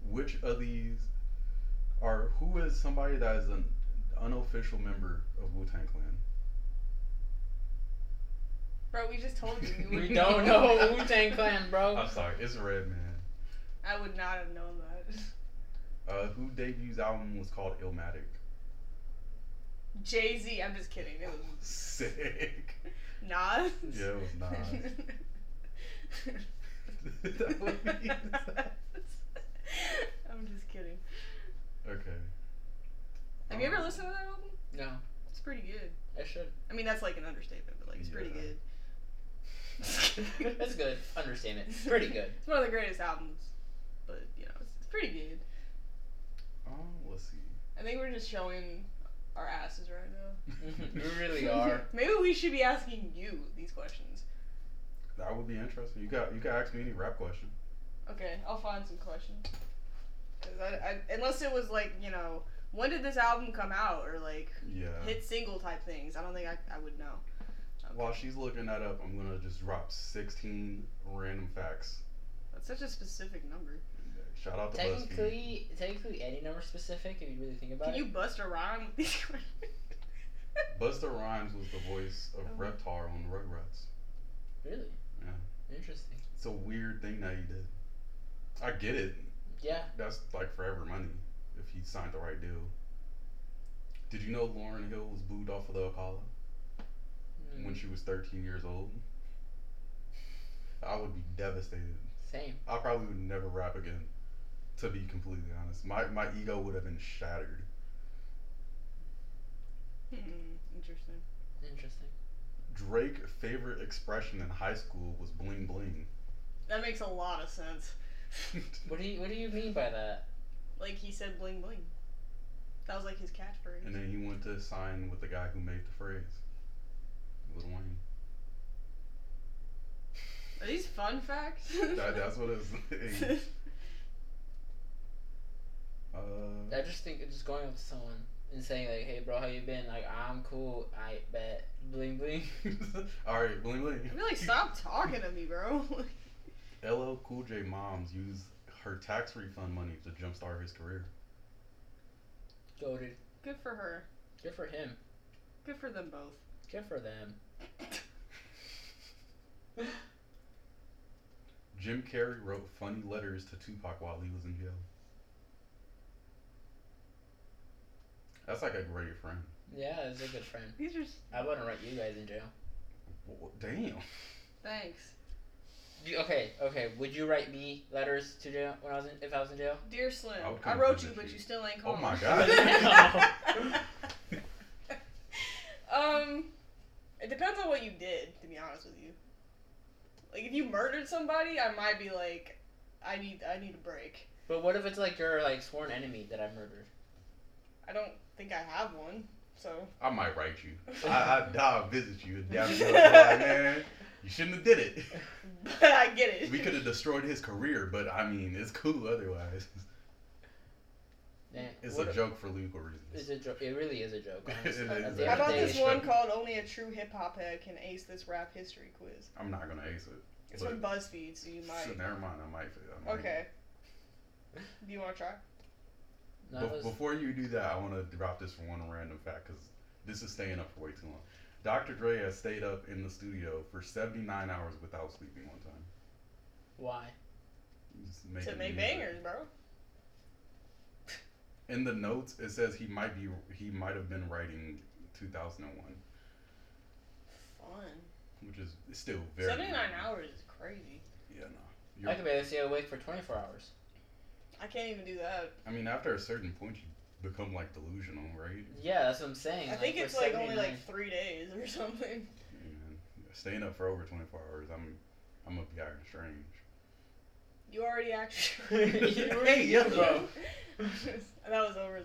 [SPEAKER 3] Which of these, are who is somebody that is an unofficial member of Wu Tang Clan?
[SPEAKER 2] (laughs) Bro, we just told you. we
[SPEAKER 1] We
[SPEAKER 2] wouldn't
[SPEAKER 1] don't
[SPEAKER 2] know. (laughs)
[SPEAKER 1] know Wu Tang Clan, bro.
[SPEAKER 3] I'm sorry, it's Red Man.
[SPEAKER 2] I would not have known that. (laughs)
[SPEAKER 3] Uh, who debuts album was called Illmatic.
[SPEAKER 2] Jay Z. I'm just kidding. It was
[SPEAKER 3] Sick. (laughs)
[SPEAKER 2] Nas.
[SPEAKER 3] Yeah, it was
[SPEAKER 2] (laughs)
[SPEAKER 3] Nas. that would be (laughs)
[SPEAKER 2] (laughs) I'm just kidding.
[SPEAKER 3] okay.
[SPEAKER 2] Have you ever
[SPEAKER 3] Um,
[SPEAKER 2] listened to that album?
[SPEAKER 1] No,
[SPEAKER 2] It's pretty good.
[SPEAKER 1] I should. (laughs)
[SPEAKER 2] I mean, that's like an understatement, but like it's pretty
[SPEAKER 3] Yeah.
[SPEAKER 2] good.
[SPEAKER 1] That's good. Understand it. Pretty good.
[SPEAKER 2] It's one of the greatest albums, but you know, it's, it's pretty good.
[SPEAKER 3] Um, let's see.
[SPEAKER 2] I think we're just showing our asses right now.
[SPEAKER 1] (laughs) we really are.
[SPEAKER 2] (laughs) Maybe we should be asking you these questions.
[SPEAKER 3] That would be interesting. You got you can ask me any rap question.
[SPEAKER 2] Okay, I'll find some questions. 'Cause I, I, unless it was like you know, when did this album come out, or like
[SPEAKER 3] Yeah.
[SPEAKER 2] hit single type things. I don't think I, I would know. Okay.
[SPEAKER 3] While she's looking that up, I'm gonna just drop 16 random facts.
[SPEAKER 2] That's such a specific number.
[SPEAKER 3] Shout out to BuzzFeed.
[SPEAKER 1] Technically, technically, any number specific if you really think about
[SPEAKER 2] Can
[SPEAKER 1] it.
[SPEAKER 2] you bust a rhyme with these (laughs) questions?
[SPEAKER 3] Buster Rhymes was the voice of
[SPEAKER 2] Oh.
[SPEAKER 3] Reptar on Rugrats.
[SPEAKER 1] Really?
[SPEAKER 3] Yeah.
[SPEAKER 1] Interesting.
[SPEAKER 3] It's a weird thing that he did. I get it.
[SPEAKER 1] Yeah.
[SPEAKER 3] That's like forever money if he signed the right deal. Did you know Lauren Hill was booed off of the Apollo
[SPEAKER 1] Mm,
[SPEAKER 3] when she was 13 years old? I would be devastated.
[SPEAKER 1] Same.
[SPEAKER 3] I probably would never rap again. To be completely honest, my my ego would have been shattered.
[SPEAKER 2] Hmm, Interesting.
[SPEAKER 1] Interesting.
[SPEAKER 3] Drake' favorite expression in high school was bling bling.
[SPEAKER 2] That makes a lot of sense.
[SPEAKER 1] What do you What do you mean by that?
[SPEAKER 2] Like he said, bling bling. That was like his catchphrase.
[SPEAKER 3] and then he went to sign with the guy who made the phrase, Lil Wayne.
[SPEAKER 2] Are these fun facts?
[SPEAKER 3] (laughs)
[SPEAKER 2] (laughs)
[SPEAKER 3] That, that's what it's. uh,
[SPEAKER 1] I just think it's just going up to someone and saying like, "Hey, bro, how you been?" Like, "I'm cool. I bet." Bling bling.
[SPEAKER 3] (laughs)
[SPEAKER 1] (laughs)
[SPEAKER 3] all right, bling bling.
[SPEAKER 2] I mean, like,
[SPEAKER 3] (laughs)
[SPEAKER 2] stop talking to me, bro. (laughs)
[SPEAKER 3] LL Cool J moms used her tax refund money to jumpstart his career. (laughs)
[SPEAKER 1] Go dude.
[SPEAKER 2] Good for her.
[SPEAKER 1] Good for him.
[SPEAKER 2] Good for them both.
[SPEAKER 1] Good for them. (laughs)
[SPEAKER 3] Jim Carrey wrote funny letters to Tupac while he was in jail. That's like a great friend.
[SPEAKER 1] Yeah, it's a good friend.
[SPEAKER 2] These are. s-
[SPEAKER 1] I wouldn't write you guys in jail.
[SPEAKER 3] W- w- Damn.
[SPEAKER 2] Thanks.
[SPEAKER 1] You- Okay, okay. Would you write me letters to jail when I was in, if I was in jail?
[SPEAKER 2] Dear Slim,
[SPEAKER 3] I would
[SPEAKER 2] I
[SPEAKER 3] come
[SPEAKER 2] wrote you,
[SPEAKER 3] visit
[SPEAKER 2] but
[SPEAKER 3] you.
[SPEAKER 2] you still ain't
[SPEAKER 3] Oh
[SPEAKER 2] calling.
[SPEAKER 3] my God.
[SPEAKER 2] (laughs)
[SPEAKER 3] (laughs)
[SPEAKER 2] um, it depends on what you did, to be honest with you. Like, if you murdered somebody, I might be like, I need, I need a break.
[SPEAKER 1] But what if it's like your like sworn enemy that I murdered?
[SPEAKER 2] I don't think I have one, so.
[SPEAKER 3] I might write you. (laughs) I, I, I'll visit you. and down there, like, man, you shouldn't have did it.
[SPEAKER 2] But I get it.
[SPEAKER 3] We could
[SPEAKER 2] (laughs)
[SPEAKER 3] have destroyed his career, but I mean, it's cool otherwise. (laughs)
[SPEAKER 1] Nah,
[SPEAKER 3] It's
[SPEAKER 1] what
[SPEAKER 3] a
[SPEAKER 1] if-
[SPEAKER 3] joke for legal
[SPEAKER 1] It's
[SPEAKER 3] reasons.
[SPEAKER 1] a joke. It really is a
[SPEAKER 3] (laughs)
[SPEAKER 1] joke.
[SPEAKER 3] It
[SPEAKER 1] honestly.
[SPEAKER 3] is.
[SPEAKER 1] At the
[SPEAKER 3] How
[SPEAKER 1] end
[SPEAKER 2] How
[SPEAKER 1] of
[SPEAKER 2] about
[SPEAKER 1] the day,
[SPEAKER 2] this
[SPEAKER 1] it's
[SPEAKER 2] one
[SPEAKER 1] joke.
[SPEAKER 2] called "Only a True Hip Hop Head Can Ace This Rap History Quiz"?
[SPEAKER 3] I'm not gonna ace it.
[SPEAKER 2] It's from BuzzFeed, so you
[SPEAKER 3] So
[SPEAKER 2] might.
[SPEAKER 3] never mind. I might. I might
[SPEAKER 2] Okay. Do you want to try?
[SPEAKER 1] No,
[SPEAKER 3] Be-
[SPEAKER 1] it was-
[SPEAKER 3] Before you do that, I want to drop this for one random fact because this is staying up for way too long. Dr. Dre has stayed up in the studio for 79 hours without sleeping one time.
[SPEAKER 1] why?
[SPEAKER 3] He's
[SPEAKER 2] To
[SPEAKER 3] making
[SPEAKER 2] make
[SPEAKER 3] music.
[SPEAKER 2] bangers, bro.
[SPEAKER 3] In the notes, it says he might be he might have been writing 2001,
[SPEAKER 2] Fun.
[SPEAKER 3] which is still very
[SPEAKER 2] 79 hours is crazy.
[SPEAKER 3] Yeah, no.
[SPEAKER 1] I
[SPEAKER 3] You're-
[SPEAKER 1] could barely stay awake for 24 hours.
[SPEAKER 2] I can't even do that.
[SPEAKER 3] I mean, after a certain point, you become like delusional, right?
[SPEAKER 1] Yeah, that's what I'm saying.
[SPEAKER 2] I think
[SPEAKER 1] for
[SPEAKER 2] it's like only
[SPEAKER 1] 79 (laughs)
[SPEAKER 2] like three days or (laughs) something.
[SPEAKER 3] And staying up for over 24 hours, I'm I'm gonna be iron strange.
[SPEAKER 2] You already actually.
[SPEAKER 3] (laughs)
[SPEAKER 1] You (laughs) were-
[SPEAKER 3] Hey, yeah, bro.
[SPEAKER 2] (laughs) that was over.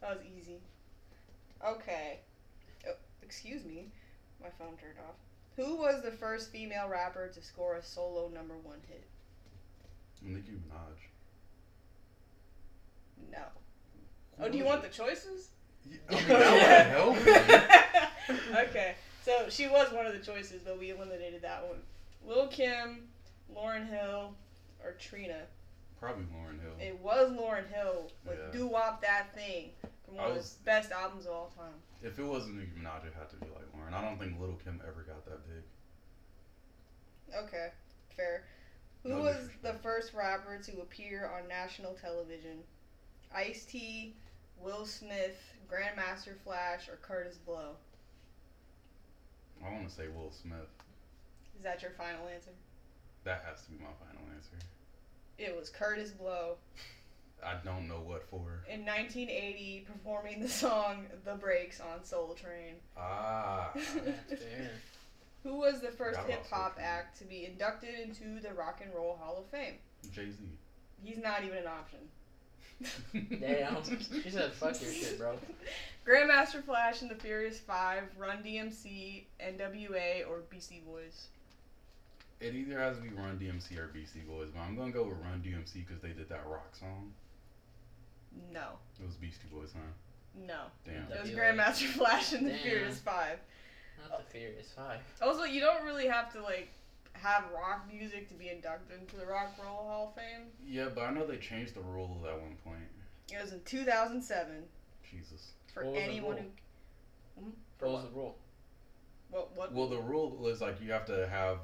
[SPEAKER 2] That was easy. Okay. Oh, excuse me. My phone turned off. Who was the first female rapper to score a solo number one hit?
[SPEAKER 3] Nicki Minaj.
[SPEAKER 2] No. Oh, do you want the choices?
[SPEAKER 3] (laughs) Yeah, I mean,
[SPEAKER 2] (laughs)
[SPEAKER 3] that would help. me. (laughs)
[SPEAKER 2] okay. So she was one of the choices, but we eliminated that one. Lil Kim, Lauren Hill, or Trina.
[SPEAKER 3] Probably Lauren Hill.
[SPEAKER 2] It was Lauren Hill with
[SPEAKER 3] Yeah.
[SPEAKER 2] Do Wop That Thing from one
[SPEAKER 3] I
[SPEAKER 2] of
[SPEAKER 3] was-
[SPEAKER 2] his best albums of all time.
[SPEAKER 3] If it wasn't Nicki Minaj, it had to be like Lauren. I don't think Little Kim ever got that big.
[SPEAKER 2] Okay, fair. Who
[SPEAKER 3] No
[SPEAKER 2] was
[SPEAKER 3] disrespect.
[SPEAKER 2] the first rapper to appear on national television? Ice T, Will Smith, Grandmaster Flash, or Curtis Blow?
[SPEAKER 3] I want to say Will Smith.
[SPEAKER 2] Is that your final answer?
[SPEAKER 3] That has to be my final answer.
[SPEAKER 2] It was Curtis Blow
[SPEAKER 3] I don't know what for.
[SPEAKER 2] in 1980 performing the song The Breaks on Soul Train.
[SPEAKER 1] (laughs)
[SPEAKER 3] Ah.
[SPEAKER 2] (laughs)
[SPEAKER 1] That's fair.
[SPEAKER 2] Who was the first
[SPEAKER 3] Forgot about
[SPEAKER 2] hip hop
[SPEAKER 3] Soul Train.
[SPEAKER 2] act to be inducted into the Rock and Roll Hall of Fame?
[SPEAKER 3] Jay Z.
[SPEAKER 2] He's not even an option.
[SPEAKER 3] (laughs)
[SPEAKER 1] Damn. She said, fuck your shit, bro.
[SPEAKER 2] Grandmaster Flash and the Furious Five, Run DMC, NWA, or Beastie Boys.
[SPEAKER 3] It either has to be Run DMC or BC Boys, but I'm gonna go with Run DMC because they did that rock song.
[SPEAKER 2] No,
[SPEAKER 3] It was Beastie Boys, huh?
[SPEAKER 2] no.
[SPEAKER 3] Damn.
[SPEAKER 2] It was
[SPEAKER 1] NWA.
[SPEAKER 2] Grandmaster (laughs) Flash and the
[SPEAKER 1] Damn.
[SPEAKER 2] Furious Five.
[SPEAKER 1] Not the Furious Five.
[SPEAKER 2] Also, you don't really have to like have rock music to be inducted into the Rock and Roll Hall of Fame.
[SPEAKER 3] Yeah, but I know they changed the rule at one point.
[SPEAKER 2] It was in 2007
[SPEAKER 3] Jesus.
[SPEAKER 2] for
[SPEAKER 1] What was the
[SPEAKER 2] anyone who
[SPEAKER 1] rule?
[SPEAKER 2] For
[SPEAKER 1] What was the rule?
[SPEAKER 2] what what
[SPEAKER 3] Well, the rule is like you have to have,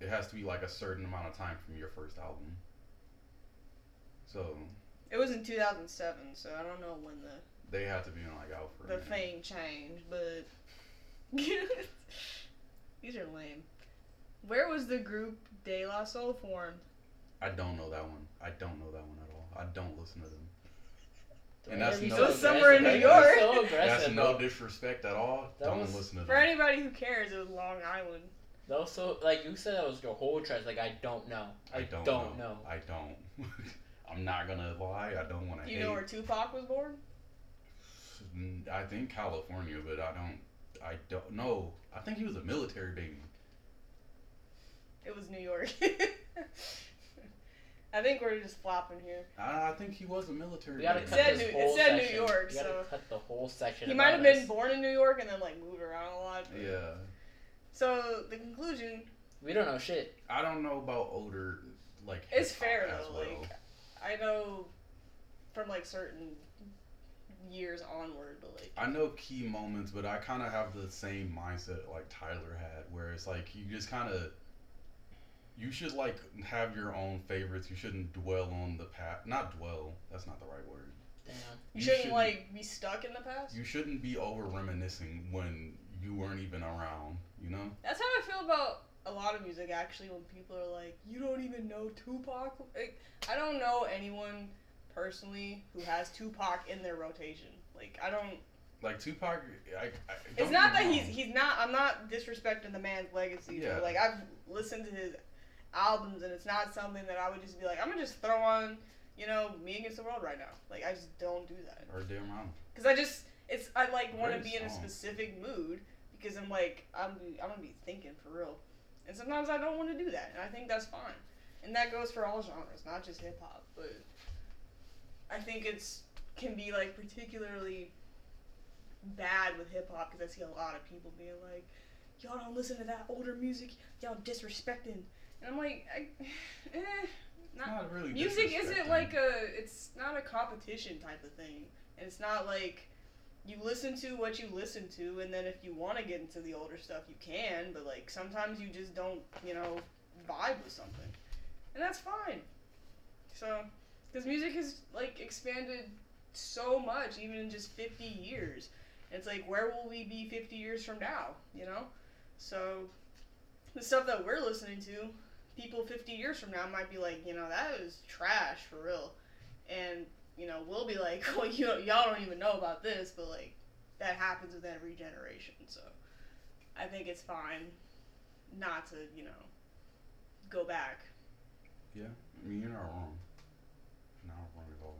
[SPEAKER 3] it has to be like a certain amount of time from your first album. So
[SPEAKER 2] it was in 2007, so I don't know when the
[SPEAKER 3] they had to be in like out for a
[SPEAKER 2] the
[SPEAKER 3] minute.
[SPEAKER 2] thing changed, but (laughs) these are lame. Where was the group De La Soul formed?
[SPEAKER 3] I don't know that one. I don't know that one at all. I don't listen to them. And
[SPEAKER 1] Why
[SPEAKER 3] that's
[SPEAKER 1] are you
[SPEAKER 3] no-
[SPEAKER 1] so
[SPEAKER 2] somewhere in
[SPEAKER 1] aggressive?
[SPEAKER 2] New
[SPEAKER 1] Why are you
[SPEAKER 2] York.
[SPEAKER 1] So aggressive,
[SPEAKER 3] That's
[SPEAKER 1] bro?
[SPEAKER 3] no disrespect at all.
[SPEAKER 1] That
[SPEAKER 3] don't
[SPEAKER 1] was-
[SPEAKER 3] listen to
[SPEAKER 2] For
[SPEAKER 3] them.
[SPEAKER 2] anybody who cares, it was Long Island.
[SPEAKER 1] That was so like you said that was your whole trash. Like I don't know.
[SPEAKER 3] I don't,
[SPEAKER 1] don't
[SPEAKER 3] know.
[SPEAKER 1] know.
[SPEAKER 3] I don't. (laughs) I'm not gonna lie. I don't want to.
[SPEAKER 2] Do you know where Tupac was born?
[SPEAKER 3] Mm, I think California, but I don't. I don't know. I think he was a military baby.
[SPEAKER 2] It was New York. (laughs) I think we're just flopping here.
[SPEAKER 3] I, I think he was a military.
[SPEAKER 1] We gotta
[SPEAKER 3] baby.
[SPEAKER 1] cut
[SPEAKER 2] It said
[SPEAKER 1] this
[SPEAKER 2] New- it
[SPEAKER 1] whole
[SPEAKER 2] said New
[SPEAKER 1] section.
[SPEAKER 2] York,
[SPEAKER 1] We gotta
[SPEAKER 2] so-
[SPEAKER 1] cut the whole section.
[SPEAKER 2] He might have
[SPEAKER 1] about
[SPEAKER 2] been
[SPEAKER 1] us.
[SPEAKER 2] born in New York and then like moved around a lot. but-
[SPEAKER 3] Yeah,
[SPEAKER 2] So the conclusion,
[SPEAKER 1] We don't know shit.
[SPEAKER 3] I don't know about older like.
[SPEAKER 2] It's
[SPEAKER 3] hip-hop
[SPEAKER 2] fair,
[SPEAKER 3] as
[SPEAKER 2] though, like- I know from like certain years onward, but like
[SPEAKER 3] I know key moments, but I kind of have the same mindset like Tyler had, where it's like you just kind of. You should like have your own favorites. You shouldn't dwell on the past. Not dwell. That's not the right word.
[SPEAKER 1] Damn.
[SPEAKER 2] you, shouldn't like be stuck in the past.
[SPEAKER 3] You shouldn't be over reminiscing when you weren't even around. You know.
[SPEAKER 2] That's how I feel about a lot of music actually when people are like, you don't even know Tupac. Like, I don't know anyone personally who has Tupac in their rotation. Like, I don't.
[SPEAKER 3] Like Tupac, I, I
[SPEAKER 2] it's not that he's he's not. I'm not disrespecting the man's legacy.
[SPEAKER 3] Yeah.
[SPEAKER 2] But, like I've listened to his albums, and it's not something that I would just be like, I'm gonna just throw on, you know, Me Against the World right now. Like I just don't do that.
[SPEAKER 3] or damn wrong.
[SPEAKER 2] Cause I just it's I like want to
[SPEAKER 3] Great
[SPEAKER 2] be in a
[SPEAKER 3] song.
[SPEAKER 2] specific mood because I'm like I'm I'm gonna be thinking for real, and sometimes I don't want to do that, and I think that's fine, and that goes for all genres, not just hip hop. But I think it's can be like particularly bad with hip hop because I see a lot of people being like, y'all don't listen to that older music, y'all disrespecting, and I'm like, I, (sighs) eh, not
[SPEAKER 3] Not really.
[SPEAKER 2] music isn't
[SPEAKER 3] disrespecting.
[SPEAKER 2] like a it's not a competition type of thing and it's not like you listen to what you listen to and then if you want to get into the older stuff you can but like sometimes you just don't you know vibe with something and that's fine so because music has like expanded so much even in just 50 years it's like where will we be 50 years from now you know so the stuff that we're listening to people 50 years from now might be like, you know, that was trash for real. And, you know, we'll be like, (laughs) well, you y'all don't even know about this, but like, that happens with every generation. So I think it's fine not to, you know, go back.
[SPEAKER 3] Yeah, I mean, you're not wrong. You're not wrong at all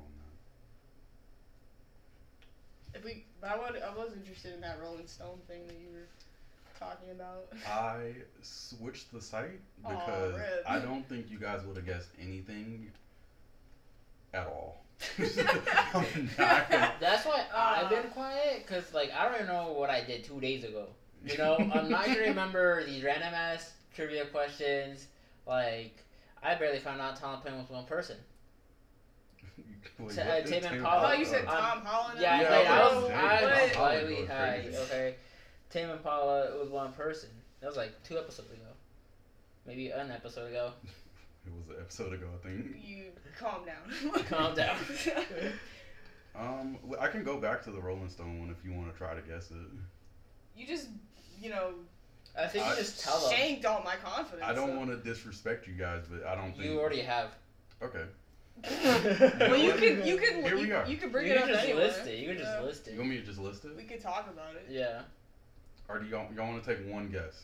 [SPEAKER 3] on that.
[SPEAKER 2] If we, but I, would, I was interested in that Rolling Stone thing that you were talking about. (laughs)
[SPEAKER 3] I switched the site
[SPEAKER 2] Aw,
[SPEAKER 3] because
[SPEAKER 2] rip.
[SPEAKER 3] I don't think you guys would have guessed anything at all. (laughs) I'm not gonna-
[SPEAKER 1] That's why
[SPEAKER 2] Uh.
[SPEAKER 1] I've
[SPEAKER 3] Ah.
[SPEAKER 1] been quiet, cause like I don't even know what I did two days ago. You
[SPEAKER 3] (laughs)
[SPEAKER 1] know, I'm not gonna remember these random ass trivia questions. Like I barely found out Tom Penn was one person.
[SPEAKER 3] Wait,
[SPEAKER 1] Ta-
[SPEAKER 3] what
[SPEAKER 1] uh,
[SPEAKER 3] did
[SPEAKER 1] Tame
[SPEAKER 3] Tame
[SPEAKER 2] I
[SPEAKER 1] Impala.
[SPEAKER 2] thought
[SPEAKER 1] Oh,
[SPEAKER 2] you said
[SPEAKER 1] um,
[SPEAKER 2] Tom Holland.
[SPEAKER 1] Yeah,
[SPEAKER 3] Yeah,
[SPEAKER 1] like, I
[SPEAKER 3] I
[SPEAKER 1] was,
[SPEAKER 3] was-
[SPEAKER 1] I
[SPEAKER 3] Tom
[SPEAKER 1] was
[SPEAKER 2] What?
[SPEAKER 3] Holland
[SPEAKER 1] slightly
[SPEAKER 3] goes
[SPEAKER 1] high.
[SPEAKER 3] crazy.
[SPEAKER 1] Okay, Tame Impala it was one person. That was like two episodes ago, maybe an episode ago.
[SPEAKER 3] It was an episode ago, I think.
[SPEAKER 2] You calm down.
[SPEAKER 1] Calm down.
[SPEAKER 2] (laughs)
[SPEAKER 3] Um, w- I can go back to the Rolling Stone one if you want to try to guess it.
[SPEAKER 2] you just, you know,
[SPEAKER 1] I think you
[SPEAKER 3] I-
[SPEAKER 1] just tell them.
[SPEAKER 2] shanked all my confidence.
[SPEAKER 3] I don't
[SPEAKER 2] so- (laughs)
[SPEAKER 3] want to disrespect you guys, but I don't think
[SPEAKER 1] You already have. (laughs)
[SPEAKER 3] Okay,
[SPEAKER 2] well, you
[SPEAKER 3] what?
[SPEAKER 2] can you can
[SPEAKER 3] Here
[SPEAKER 2] you,
[SPEAKER 3] we are.
[SPEAKER 2] you can
[SPEAKER 1] You
[SPEAKER 2] bring it
[SPEAKER 1] can
[SPEAKER 2] up
[SPEAKER 1] just
[SPEAKER 2] anyway.
[SPEAKER 1] list it. You can
[SPEAKER 2] Yeah.
[SPEAKER 1] just list
[SPEAKER 3] you
[SPEAKER 1] it.
[SPEAKER 3] want me to just list
[SPEAKER 2] We
[SPEAKER 3] it,
[SPEAKER 2] could talk about it.
[SPEAKER 1] Yeah.
[SPEAKER 3] or do y'all y'all want to take one guess?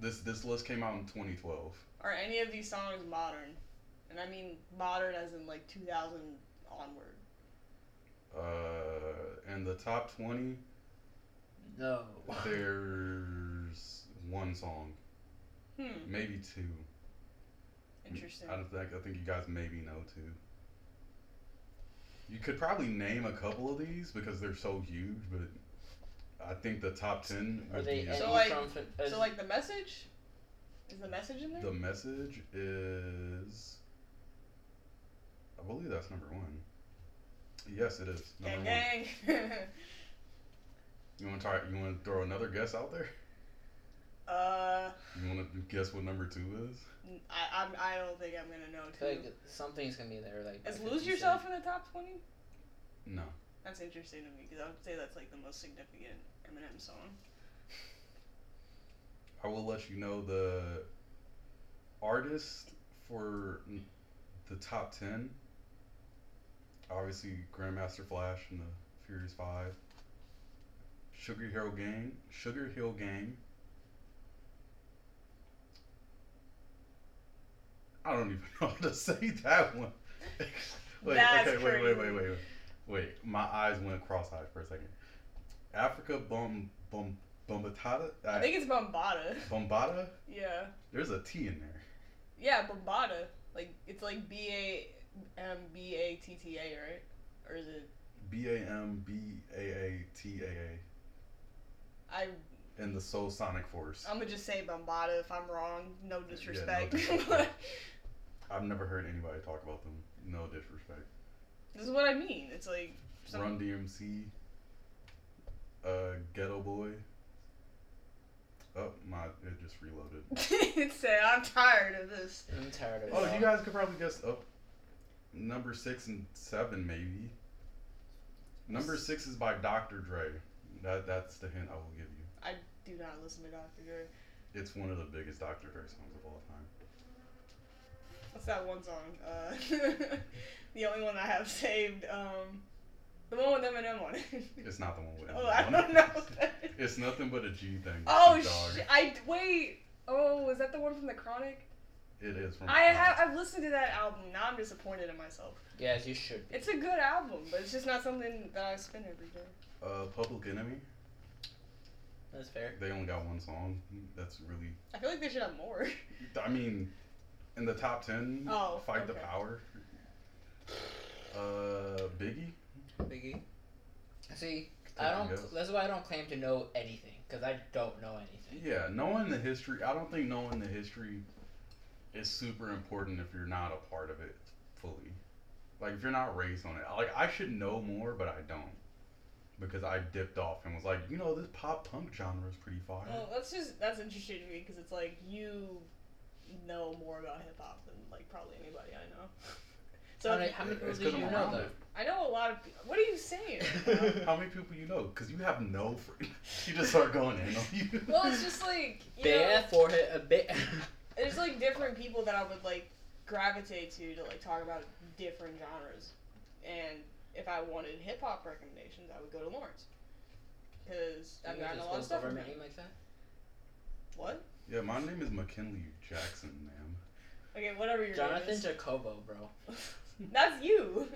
[SPEAKER 3] This this list came out in 2012.
[SPEAKER 2] Are any of these songs modern? And I mean modern as in like 2000 onward.
[SPEAKER 3] Uh, and Uh, the top 20, (laughs)
[SPEAKER 1] No.
[SPEAKER 3] there's one song,
[SPEAKER 2] Hmm.
[SPEAKER 3] maybe two.
[SPEAKER 2] Interesting.
[SPEAKER 3] I don't think I think you guys maybe know two. You could probably name a couple of these because they're so huge, but I think the top ten
[SPEAKER 1] Are
[SPEAKER 3] would
[SPEAKER 1] they
[SPEAKER 3] be
[SPEAKER 1] any
[SPEAKER 2] So, like-
[SPEAKER 1] from? uh,
[SPEAKER 2] So like the message. Is the message in there?
[SPEAKER 3] the message is. I believe that's number one. Yes, it is number
[SPEAKER 2] gang
[SPEAKER 3] one.
[SPEAKER 2] gang. (laughs)
[SPEAKER 3] You want to try? You want to throw another guess out there?
[SPEAKER 2] uh,
[SPEAKER 3] You want to guess what number two is?
[SPEAKER 2] n- I I'm, I don't think I'm gonna know
[SPEAKER 1] I feel
[SPEAKER 2] too.
[SPEAKER 1] like something's gonna be there. Like
[SPEAKER 2] Is
[SPEAKER 1] by
[SPEAKER 2] lose
[SPEAKER 1] 50
[SPEAKER 2] yourself
[SPEAKER 1] cent.
[SPEAKER 2] in the top 20?
[SPEAKER 3] No.
[SPEAKER 2] That's interesting to me because I would say that's like the most significant Eminem song.
[SPEAKER 3] I will let you know the artist for n- the top 10. Obviously, Grandmaster Flash and the Furious Five. Sugar Hill Gang. Sugar Hill Gang. I don't even (laughs) know how to say that one. (laughs) wait,
[SPEAKER 2] That's
[SPEAKER 3] okay, wait, wait, wait,
[SPEAKER 2] crazy.
[SPEAKER 3] wait, wait. Wait, my eyes went cross-eyed for a second. Africa Bum Bum Bumbatata.
[SPEAKER 2] I think it's Bombada.
[SPEAKER 3] Bombada?
[SPEAKER 2] yeah.
[SPEAKER 3] There's a T in there.
[SPEAKER 2] Yeah, Bombata. Like it's like B A M B A T T A, right? Or is it?
[SPEAKER 3] B A M B A A T A
[SPEAKER 2] I
[SPEAKER 3] A. And the Soul Sonic Force.
[SPEAKER 2] I'm gonna just say Bombata if I'm wrong. No disrespect. (laughs)
[SPEAKER 3] disrespect. I've never heard anybody talk about them. No disrespect.
[SPEAKER 2] this is what I mean. It's like (laughs) some,
[SPEAKER 3] Run DMC. Uh, Ghetto Boy. Oh, my. It just reloaded.
[SPEAKER 2] say I'm tired of this.
[SPEAKER 1] I'm tired of it.
[SPEAKER 3] Oh,
[SPEAKER 1] all.
[SPEAKER 3] you guys could probably guess. Oh, number six and seven, maybe. Number six is by Dr. Dre. That, that's the hint I will give you.
[SPEAKER 2] Do not listen to Dr. Dre.
[SPEAKER 3] It's one of the biggest Dr. Dre songs of all time.
[SPEAKER 2] What's that one song? Uh, (laughs) the only one I have saved. Um, the one with Eminem on it.
[SPEAKER 3] It's not the one with
[SPEAKER 2] oh,
[SPEAKER 3] Eminem
[SPEAKER 2] I
[SPEAKER 3] on
[SPEAKER 2] don't
[SPEAKER 3] it.
[SPEAKER 2] know.
[SPEAKER 3] It's nothing but a G thing.
[SPEAKER 2] (laughs) oh
[SPEAKER 3] It's a dog.
[SPEAKER 2] sh! I wait. Oh, is that the one from the Chronic?
[SPEAKER 3] It is from.
[SPEAKER 2] I have I've listened to that album. Now I'm disappointed in myself.
[SPEAKER 1] Yes, you should. Be.
[SPEAKER 2] It's a good album, but it's just not something that I spend every day.
[SPEAKER 3] Uh, Public Enemy.
[SPEAKER 1] That's fair.
[SPEAKER 3] They only got one song. That's really.
[SPEAKER 2] I feel like they should have more.
[SPEAKER 3] I mean, in the top ten.
[SPEAKER 2] Oh,
[SPEAKER 3] Fight the
[SPEAKER 2] okay.
[SPEAKER 3] Power. Uh, Biggie.
[SPEAKER 1] Biggie. See, I
[SPEAKER 3] Taking
[SPEAKER 1] don't.
[SPEAKER 3] goes.
[SPEAKER 1] That's why I don't claim to know anything because I don't know anything.
[SPEAKER 3] Yeah, knowing the history. I don't think knowing the history is super important if you're not a part of it. fully. Like if you're not raised on it, like I should know more, but I don't, because I dipped off and was like, you know, this pop punk genre is pretty fire.
[SPEAKER 2] Well, that's just that's interesting to me because it's like you know more about hip hop than like probably anybody I know. (laughs) So
[SPEAKER 1] how,
[SPEAKER 2] if
[SPEAKER 1] many,
[SPEAKER 2] you-
[SPEAKER 1] how many people
[SPEAKER 3] It's
[SPEAKER 1] do you
[SPEAKER 3] 'cause I'm
[SPEAKER 1] know
[SPEAKER 3] around
[SPEAKER 1] though?
[SPEAKER 3] it.
[SPEAKER 2] I know a lot of. pe- What are
[SPEAKER 1] (laughs)
[SPEAKER 2] you saying? Oh.
[SPEAKER 3] (laughs) How many people you know? Because you have no. Fr- (laughs) you just start going in. on you.
[SPEAKER 2] well, it's just like you know,
[SPEAKER 1] Bare forehead, a bit.
[SPEAKER 2] there's like different people that I would like gravitate to to like talk about different genres, and if I wanted hip hop recommendations, I would go to Lawrence because
[SPEAKER 1] (laughs)
[SPEAKER 2] I've gotten a lot of stuff from him.
[SPEAKER 1] like that?
[SPEAKER 2] What?
[SPEAKER 3] yeah, my name is McKinley Jackson, man.
[SPEAKER 2] Okay, whatever your name
[SPEAKER 1] Jonathan
[SPEAKER 2] is.
[SPEAKER 1] Jacobo, bro.
[SPEAKER 2] (laughs) That's you.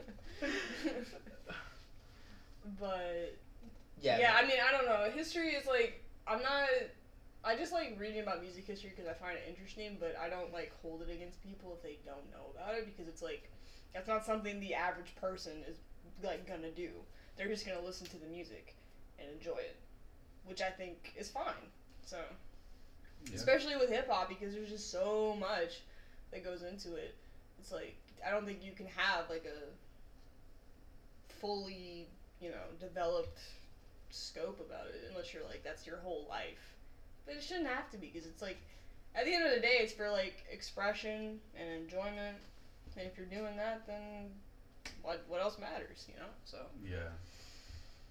[SPEAKER 2] but
[SPEAKER 1] Yeah.
[SPEAKER 2] yeah, I mean, I don't know. History is like I'm not. I just like reading about music history because I find it interesting, but I don't like hold it against people if they don't know about it because it's like that's not something the average person is like gonna do. They're just gonna listen to the music and enjoy it, which I think is fine. So
[SPEAKER 3] Yeah.
[SPEAKER 2] especially with hip hop because there's just so much that goes into it. It's like I don't think you can have like a fully, you know, developed scope about it unless you're like that's your whole life. But it shouldn't have to be because it's like at the end of the day it's for like expression and enjoyment. And if you're doing that then what what else matters, you know? So
[SPEAKER 3] Yeah.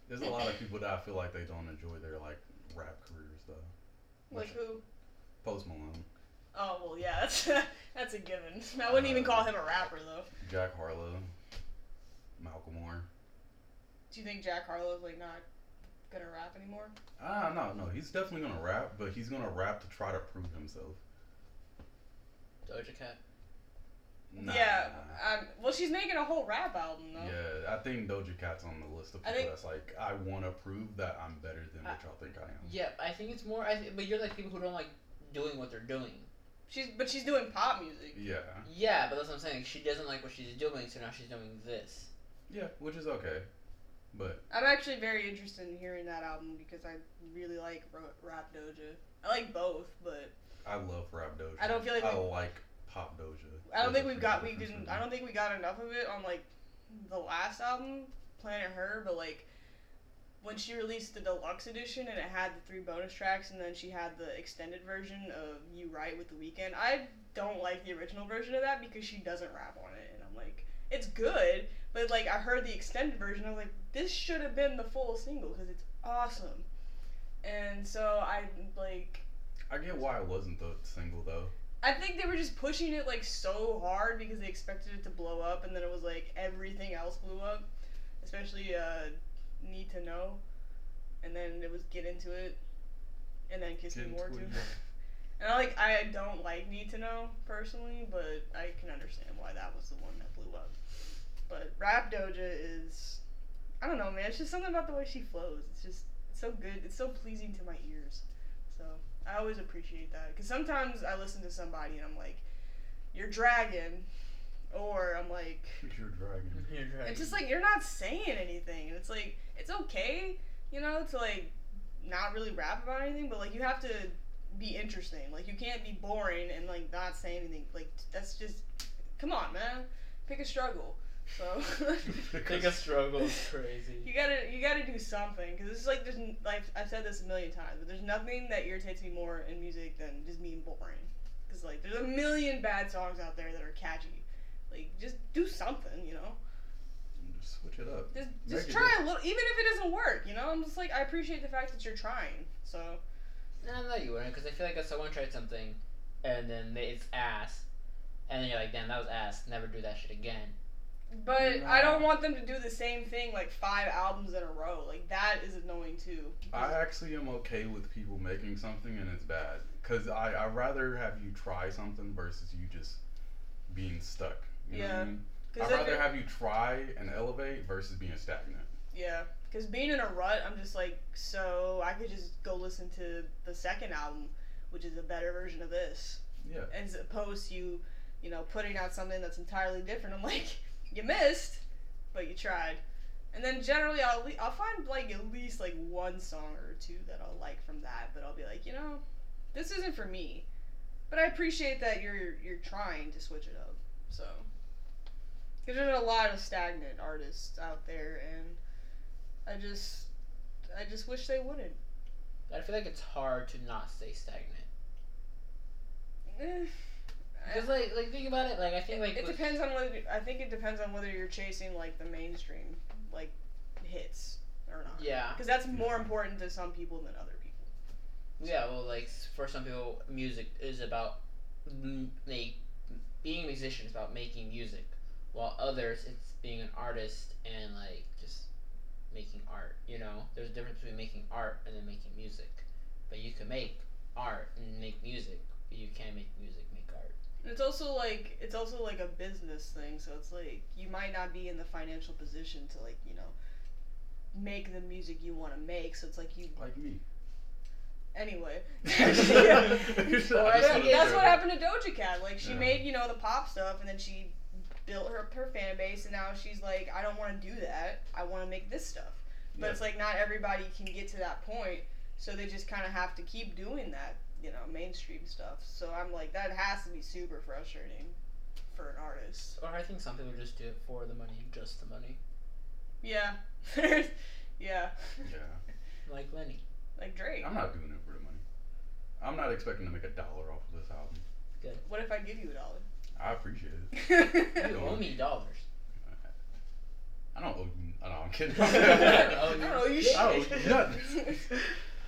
[SPEAKER 3] There's a lot of people that I feel like they don't enjoy their like rap careers though.
[SPEAKER 2] like who
[SPEAKER 3] Post Malone,
[SPEAKER 2] Oh well yeah, (laughs) that's that's a given. I wouldn't even call him a rapper though.
[SPEAKER 3] Jack Harlow, Malcolm Moore.
[SPEAKER 2] Do you think Jack Harlow's like not gonna rap anymore?
[SPEAKER 3] Ah, no, no, he's definitely gonna rap, but he's gonna rap to try to prove himself.
[SPEAKER 1] Doja Cat.
[SPEAKER 3] Nah.
[SPEAKER 2] Yeah. Um, well, she's making a whole rap album though.
[SPEAKER 3] Yeah, I think Doja Cat's on the list of
[SPEAKER 2] I
[SPEAKER 3] people
[SPEAKER 2] think-
[SPEAKER 3] that's like, I want to prove that I'm better than what y'all think I am.
[SPEAKER 1] Yeah, I think it's more. I th- but you're like people who don't like doing what they're doing.
[SPEAKER 2] She's but she's doing pop music.
[SPEAKER 3] Yeah,
[SPEAKER 1] Yeah, but that's what I'm saying. She doesn't like what she's doing, so now she's doing this.
[SPEAKER 3] yeah, which is okay, but
[SPEAKER 2] I'm actually very interested in hearing that album because I really like ro- rap Doja. I like both, but
[SPEAKER 3] I love rap Doja.
[SPEAKER 2] I don't feel like
[SPEAKER 3] I
[SPEAKER 2] we-
[SPEAKER 3] like pop Doja.
[SPEAKER 2] I don't
[SPEAKER 3] Those
[SPEAKER 2] think
[SPEAKER 3] are
[SPEAKER 2] we've
[SPEAKER 3] two
[SPEAKER 2] got we
[SPEAKER 3] different things
[SPEAKER 2] didn't
[SPEAKER 3] for me.
[SPEAKER 2] I don't think we got enough of it on like the last album, Planet Her, but like when she released the deluxe edition and it had the three bonus tracks and then she had the extended version of You Right with the Weekend. I don't like the original version of that because she doesn't rap on it and I'm like it's good, but like I heard the extended version, I was like this should have been the full single cuz it's awesome. And so I like
[SPEAKER 3] I get why it wasn't the single though.
[SPEAKER 2] I think they were just pushing it like so hard because they expected it to blow up, and then it was like everything else blew up, especially uh, "Need to Know," and then it was "Get Into It," and then "Kiss
[SPEAKER 3] Get
[SPEAKER 2] Me More"
[SPEAKER 3] Into
[SPEAKER 2] too.
[SPEAKER 3] It,
[SPEAKER 2] and I like I don't like "Need to Know" personally, but I can understand why that was the one that blew up. But Rap Doja is, I don't know, man. It's just something about the way she flows. It's just it's so good. It's so pleasing to my ears. So I always appreciate that because sometimes I listen to somebody and I'm like, "You're dragging," or I'm like,
[SPEAKER 3] Your
[SPEAKER 2] (laughs)
[SPEAKER 3] dragon.
[SPEAKER 2] "It's just like you're not saying anything," and it's like it's okay, you know, to like not really rap about anything, but like you have to be interesting. Like you can't be boring and like not say anything. Like that's just come on, man. Pick a struggle. So. (laughs)
[SPEAKER 1] Like a struggle is crazy.
[SPEAKER 2] You gotta, you gotta do something because it's like there's n- like I've said this a million times, but there's nothing that irritates me more in music than just being boring. Because like there's a million bad songs out there that are catchy. Like just do something, you know.
[SPEAKER 3] Just switch it up.
[SPEAKER 2] Just
[SPEAKER 3] Make
[SPEAKER 2] just
[SPEAKER 3] it
[SPEAKER 2] try a little, even if it doesn't work, you know. I'm just like I appreciate the fact that you're trying. So
[SPEAKER 1] Nah, no, you wouldn't, because I feel like if someone tried something, and then they, it's ass, and then you're like, damn, that was ass. Never do that shit again.
[SPEAKER 2] But I don't
[SPEAKER 3] Nah.
[SPEAKER 2] want them to do the same thing like five albums in a row. Like that is annoying too.
[SPEAKER 3] I actually am okay with people making something and it's bad. Because I, I'd rather have you try something versus you just being stuck. You know what
[SPEAKER 2] Yeah.
[SPEAKER 3] I mean?
[SPEAKER 2] 'Cause
[SPEAKER 3] I'd
[SPEAKER 2] if
[SPEAKER 3] rather
[SPEAKER 2] it-
[SPEAKER 3] have you try and elevate versus being stagnant.
[SPEAKER 2] Yeah, because being in a rut, I'm just like, so I could just go listen to the second album, which is a better version of this,
[SPEAKER 3] Yeah.
[SPEAKER 2] as opposed to you, you know, putting out something that's entirely different. I'm (laughs) like, you missed, but you tried. And then generally, I'll le- I'll find like at least like one song or two that I'll like from that, but I'll be like, you know, this isn't for me. But I appreciate that you're you're trying to switch it up. So Because there's a lot of stagnant artists out there, and I just, I just wish they (sighs) wouldn't.
[SPEAKER 1] I feel like it's hard to not stay stagnant.
[SPEAKER 2] Eh, I-
[SPEAKER 1] Because like like think about it, like I think like
[SPEAKER 2] it
[SPEAKER 1] with-
[SPEAKER 2] depends on whether I think it depends on whether you're chasing like the mainstream like hits or not.
[SPEAKER 1] Yeah.
[SPEAKER 2] Because that's more important to some people than other people.
[SPEAKER 1] Yeah, well, like s- for some people, music is about m- like being a musician is about making music, while others it's being an artist and like just making art. You know, there's a difference between making art and then making music, but you can make art and make music, but you can't make music make art.
[SPEAKER 2] And it's also like it's also like a business thing, so it's like you might not be in the financial position to like you know make the music you want to make. So it's like you
[SPEAKER 3] Like me. (laughs)
[SPEAKER 2] anyway. (laughs)
[SPEAKER 3] I just
[SPEAKER 1] I
[SPEAKER 2] Yeah,
[SPEAKER 1] just wanna
[SPEAKER 2] that's
[SPEAKER 1] say
[SPEAKER 2] what
[SPEAKER 1] that.
[SPEAKER 2] happened to Doja Cat. Like she
[SPEAKER 3] Yeah.
[SPEAKER 2] made you know the pop stuff, and then she built her her fan base, and now she's like, I don't want to do that. I want to make this stuff. But
[SPEAKER 3] Yeah.
[SPEAKER 2] it's like not everybody can get to that point, so they just kind of have to keep doing that, you know, mainstream stuff. So I'm like, that has to be super frustrating for an artist.
[SPEAKER 1] Or I think some people just do it for the money, just the money,
[SPEAKER 2] Yeah, (laughs) yeah,
[SPEAKER 3] Yeah.
[SPEAKER 1] like Lenny.
[SPEAKER 2] like Drake.
[SPEAKER 3] I'm not doing it for the money. I'm not expecting to make a dollar off of this album.
[SPEAKER 2] What if I give you a
[SPEAKER 3] (laughs) I appreciate it.
[SPEAKER 2] dollar?
[SPEAKER 1] You owe me dollars.
[SPEAKER 3] I don't owe you. I know, I'm kidding.
[SPEAKER 2] (laughs)
[SPEAKER 3] (laughs)
[SPEAKER 1] Oh,
[SPEAKER 2] I don't know, you
[SPEAKER 1] you-
[SPEAKER 3] I owe
[SPEAKER 2] should. (laughs)
[SPEAKER 3] you nothing.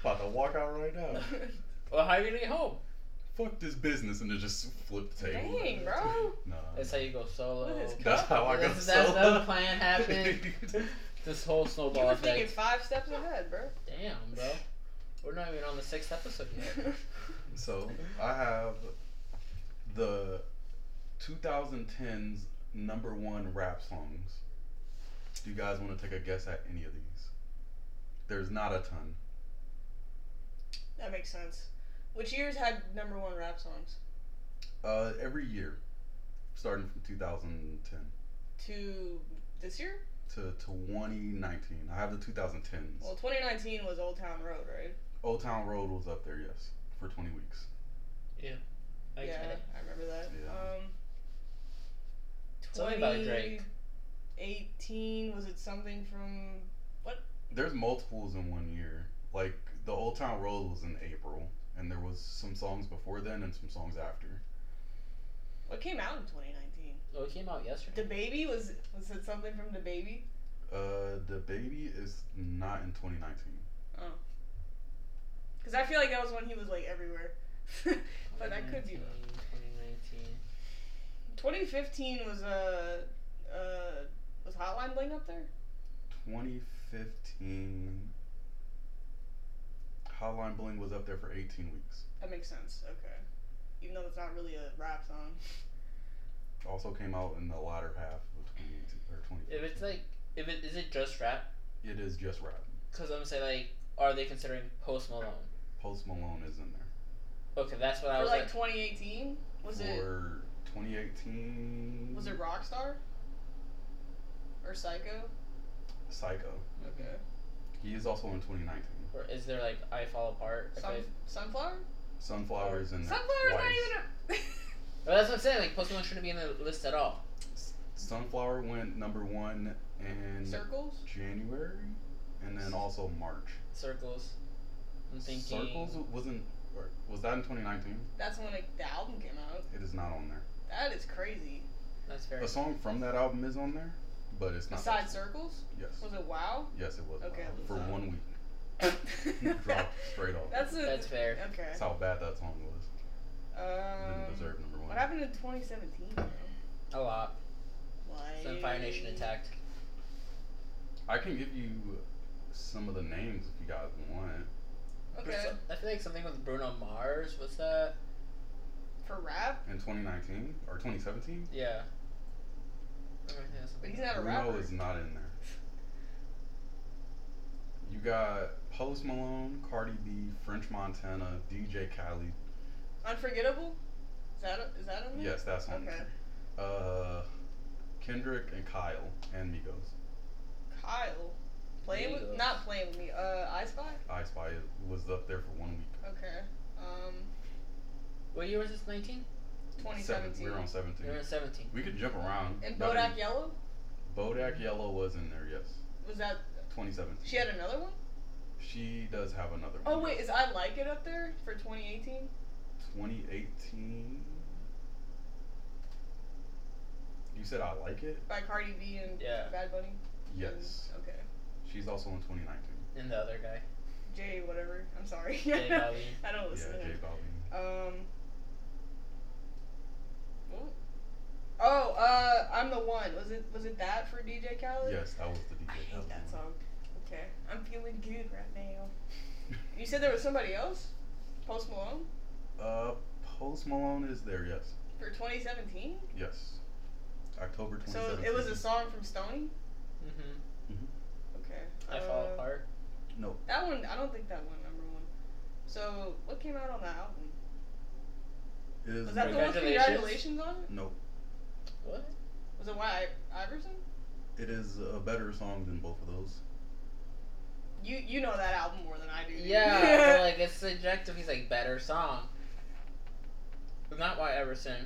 [SPEAKER 3] About to walk out right now.
[SPEAKER 1] Well, how are you gonna get home?
[SPEAKER 3] Fuck this business and then just flip the table.
[SPEAKER 2] Dang, bro.
[SPEAKER 3] Nah.
[SPEAKER 1] That's how you go solo.
[SPEAKER 2] What is
[SPEAKER 3] That's how I go
[SPEAKER 1] That's- that's how
[SPEAKER 3] solo.
[SPEAKER 1] the plan
[SPEAKER 3] (laughs)
[SPEAKER 1] happened. This whole
[SPEAKER 2] You
[SPEAKER 1] snowball
[SPEAKER 2] were thinking
[SPEAKER 1] effect.
[SPEAKER 2] five steps ahead, bro.
[SPEAKER 1] Damn, bro. We're not even on the sixth episode
[SPEAKER 2] (laughs)
[SPEAKER 1] yet.
[SPEAKER 3] so I have the 2010s number one rap songs. Do you guys want to take a guess at any of these? There's not a ton.
[SPEAKER 2] that makes sense. Which years had number one rap songs?
[SPEAKER 3] Uh, every year, starting from 2010
[SPEAKER 2] To this year?
[SPEAKER 3] to 2019. I have the 2010s.
[SPEAKER 2] Well, 2019 was Old Town Road, right?
[SPEAKER 3] Old Town Road was up there, yes, for 20 weeks.
[SPEAKER 1] I
[SPEAKER 2] yeah,
[SPEAKER 1] get it.
[SPEAKER 2] I remember that.
[SPEAKER 3] Yeah.
[SPEAKER 2] Um,
[SPEAKER 1] Tell me about Drake.
[SPEAKER 2] 2018 was it something from?
[SPEAKER 3] There's multiples in one year. Like the Old Town Road was in April, and there was some songs before then and some songs after.
[SPEAKER 2] What came out in 2019?
[SPEAKER 1] Oh, it came out yesterday.
[SPEAKER 2] The Baby was was it something from The Baby?
[SPEAKER 3] Uh, the baby is not in 2019.
[SPEAKER 2] Because Oh. I feel like that was when he was like everywhere. (laughs) but I could be wrong.
[SPEAKER 1] 2019.
[SPEAKER 2] 2015 was uh, uh was Hotline Bling up there?
[SPEAKER 3] 2015. Hotline Bling was up there for 18 weeks.
[SPEAKER 2] That makes sense. Okay. Even though that's not really a rap song.
[SPEAKER 3] Also came out in the latter half of 2018 or 2015.
[SPEAKER 1] If it's like, if it is it just rap?
[SPEAKER 3] it is just rap.
[SPEAKER 1] Cause I'm gonna say like, are they considering Post Malone?
[SPEAKER 3] Post Malone is in there.
[SPEAKER 1] Okay, that's what I
[SPEAKER 2] For
[SPEAKER 1] was
[SPEAKER 2] like
[SPEAKER 1] like.
[SPEAKER 2] 2018, was it
[SPEAKER 3] for 2018.
[SPEAKER 2] was it Rockstar or Psycho?
[SPEAKER 3] Psycho.
[SPEAKER 2] Okay.
[SPEAKER 3] He is also in 2019.
[SPEAKER 1] Or is there like I Fall Apart? If
[SPEAKER 2] Sun,
[SPEAKER 1] I,
[SPEAKER 2] Sunflower?
[SPEAKER 3] Sunflowers and
[SPEAKER 2] Sunflower's not
[SPEAKER 3] Twice.
[SPEAKER 2] (laughs) even
[SPEAKER 1] but that's what I'm saying. Like Post Malone shouldn't be in the list at all.
[SPEAKER 3] Sunflower went number one
[SPEAKER 2] a
[SPEAKER 3] in
[SPEAKER 2] circles.
[SPEAKER 3] January, and then also March.
[SPEAKER 1] Circles. I'm thinking.
[SPEAKER 3] Circles wasn't. Or was that in 2019?
[SPEAKER 2] That's when like the album came out.
[SPEAKER 3] It is not on there.
[SPEAKER 2] That is crazy.
[SPEAKER 1] That's fair.
[SPEAKER 3] A song from that album is on there, but it's not.
[SPEAKER 2] Besides Circles,
[SPEAKER 3] Yes.
[SPEAKER 2] was it Wow?
[SPEAKER 3] Yes, it was.
[SPEAKER 2] Okay,
[SPEAKER 3] for
[SPEAKER 1] that's-
[SPEAKER 3] one week, dropped
[SPEAKER 2] that's
[SPEAKER 3] straight off.
[SPEAKER 2] a,
[SPEAKER 1] That's fair.
[SPEAKER 2] okay.
[SPEAKER 3] That's how bad that song was. It didn't
[SPEAKER 2] Um,
[SPEAKER 3] deserve number one.
[SPEAKER 2] what happened in 2017? Though?
[SPEAKER 1] A lot.
[SPEAKER 2] Like
[SPEAKER 1] Then Fire Nation attacked.
[SPEAKER 3] I can give you some of the names if you guys want.
[SPEAKER 1] There's
[SPEAKER 2] Okay.
[SPEAKER 1] some- I feel like something with Bruno Mars. What's that?
[SPEAKER 2] For rap,
[SPEAKER 3] In 2019 or 2017,
[SPEAKER 1] Yeah. I think that's
[SPEAKER 2] but
[SPEAKER 1] something
[SPEAKER 2] he's not a
[SPEAKER 3] Bruno
[SPEAKER 2] rapper.
[SPEAKER 3] is not in there. You got Post Malone, Cardi B, French Montana, DJ Khaled.
[SPEAKER 2] Unforgettable? Is that is that him?
[SPEAKER 3] Yes, that's on
[SPEAKER 2] Okay.
[SPEAKER 3] there. Uh, Kendrick and Kyle and Migos.
[SPEAKER 2] Kyle. Playing with
[SPEAKER 1] Migos.
[SPEAKER 2] not playing with me. Uh I Spy?
[SPEAKER 3] I Spy was up there for one week.
[SPEAKER 2] Okay. Um
[SPEAKER 1] What year was this? Nineteen.
[SPEAKER 3] Seven- we
[SPEAKER 2] 2017.
[SPEAKER 3] We're on seventeen.
[SPEAKER 1] You're in 17.
[SPEAKER 3] We could jump around.
[SPEAKER 2] And
[SPEAKER 3] That
[SPEAKER 2] Bodak
[SPEAKER 3] is-
[SPEAKER 2] Yellow
[SPEAKER 3] Bodak Yellow was in there, yes.
[SPEAKER 2] was that?
[SPEAKER 3] Twenty seventeen.
[SPEAKER 2] She had another one.
[SPEAKER 3] She does have another one.
[SPEAKER 2] Oh wait, is I Like It up there for 2018?
[SPEAKER 3] Twenty eighteen. You said I like it.
[SPEAKER 2] by Cardi B and
[SPEAKER 1] Yeah.
[SPEAKER 2] Bad Bunny?
[SPEAKER 3] Yes.
[SPEAKER 2] And- okay.
[SPEAKER 3] She's also in twenty nineteen.
[SPEAKER 1] And the other guy.
[SPEAKER 2] Jay, whatever. I'm sorry.
[SPEAKER 1] Jay Balvin.
[SPEAKER 2] (laughs) I don't
[SPEAKER 3] Yeah,
[SPEAKER 2] listen to
[SPEAKER 3] J
[SPEAKER 2] him.
[SPEAKER 3] Balvin.
[SPEAKER 2] Um. ooh. Oh, uh, I'm the one. Was it was it that for DJ Khaled?
[SPEAKER 3] Yes, that was the DJ.
[SPEAKER 2] I
[SPEAKER 3] Khaled
[SPEAKER 2] hate
[SPEAKER 3] one.
[SPEAKER 2] that song. Okay, I'm feeling good right now. You said there was somebody else, Post Malone,
[SPEAKER 3] Uh, Post Malone is there. Yes.
[SPEAKER 2] for 2017.
[SPEAKER 3] Yes. October twenty
[SPEAKER 2] So
[SPEAKER 3] seventeen.
[SPEAKER 2] it was a song from Stoney.
[SPEAKER 1] Mm-hmm.
[SPEAKER 2] Okay.
[SPEAKER 1] I fall
[SPEAKER 2] uh,
[SPEAKER 1] apart.
[SPEAKER 3] No.
[SPEAKER 2] That one, I don't think that one number one. So what came out on that album?
[SPEAKER 3] It is.
[SPEAKER 2] Was that the one? with
[SPEAKER 1] Congratulations.
[SPEAKER 2] Congratulations on it.
[SPEAKER 3] no.
[SPEAKER 1] What?
[SPEAKER 2] Was it Wyatt Iverson?
[SPEAKER 3] It is a better song than both of those.
[SPEAKER 2] You you know that album more than I do. (laughs)
[SPEAKER 1] Yeah, but, like it's subjective. He's like better song. But Not why Everson.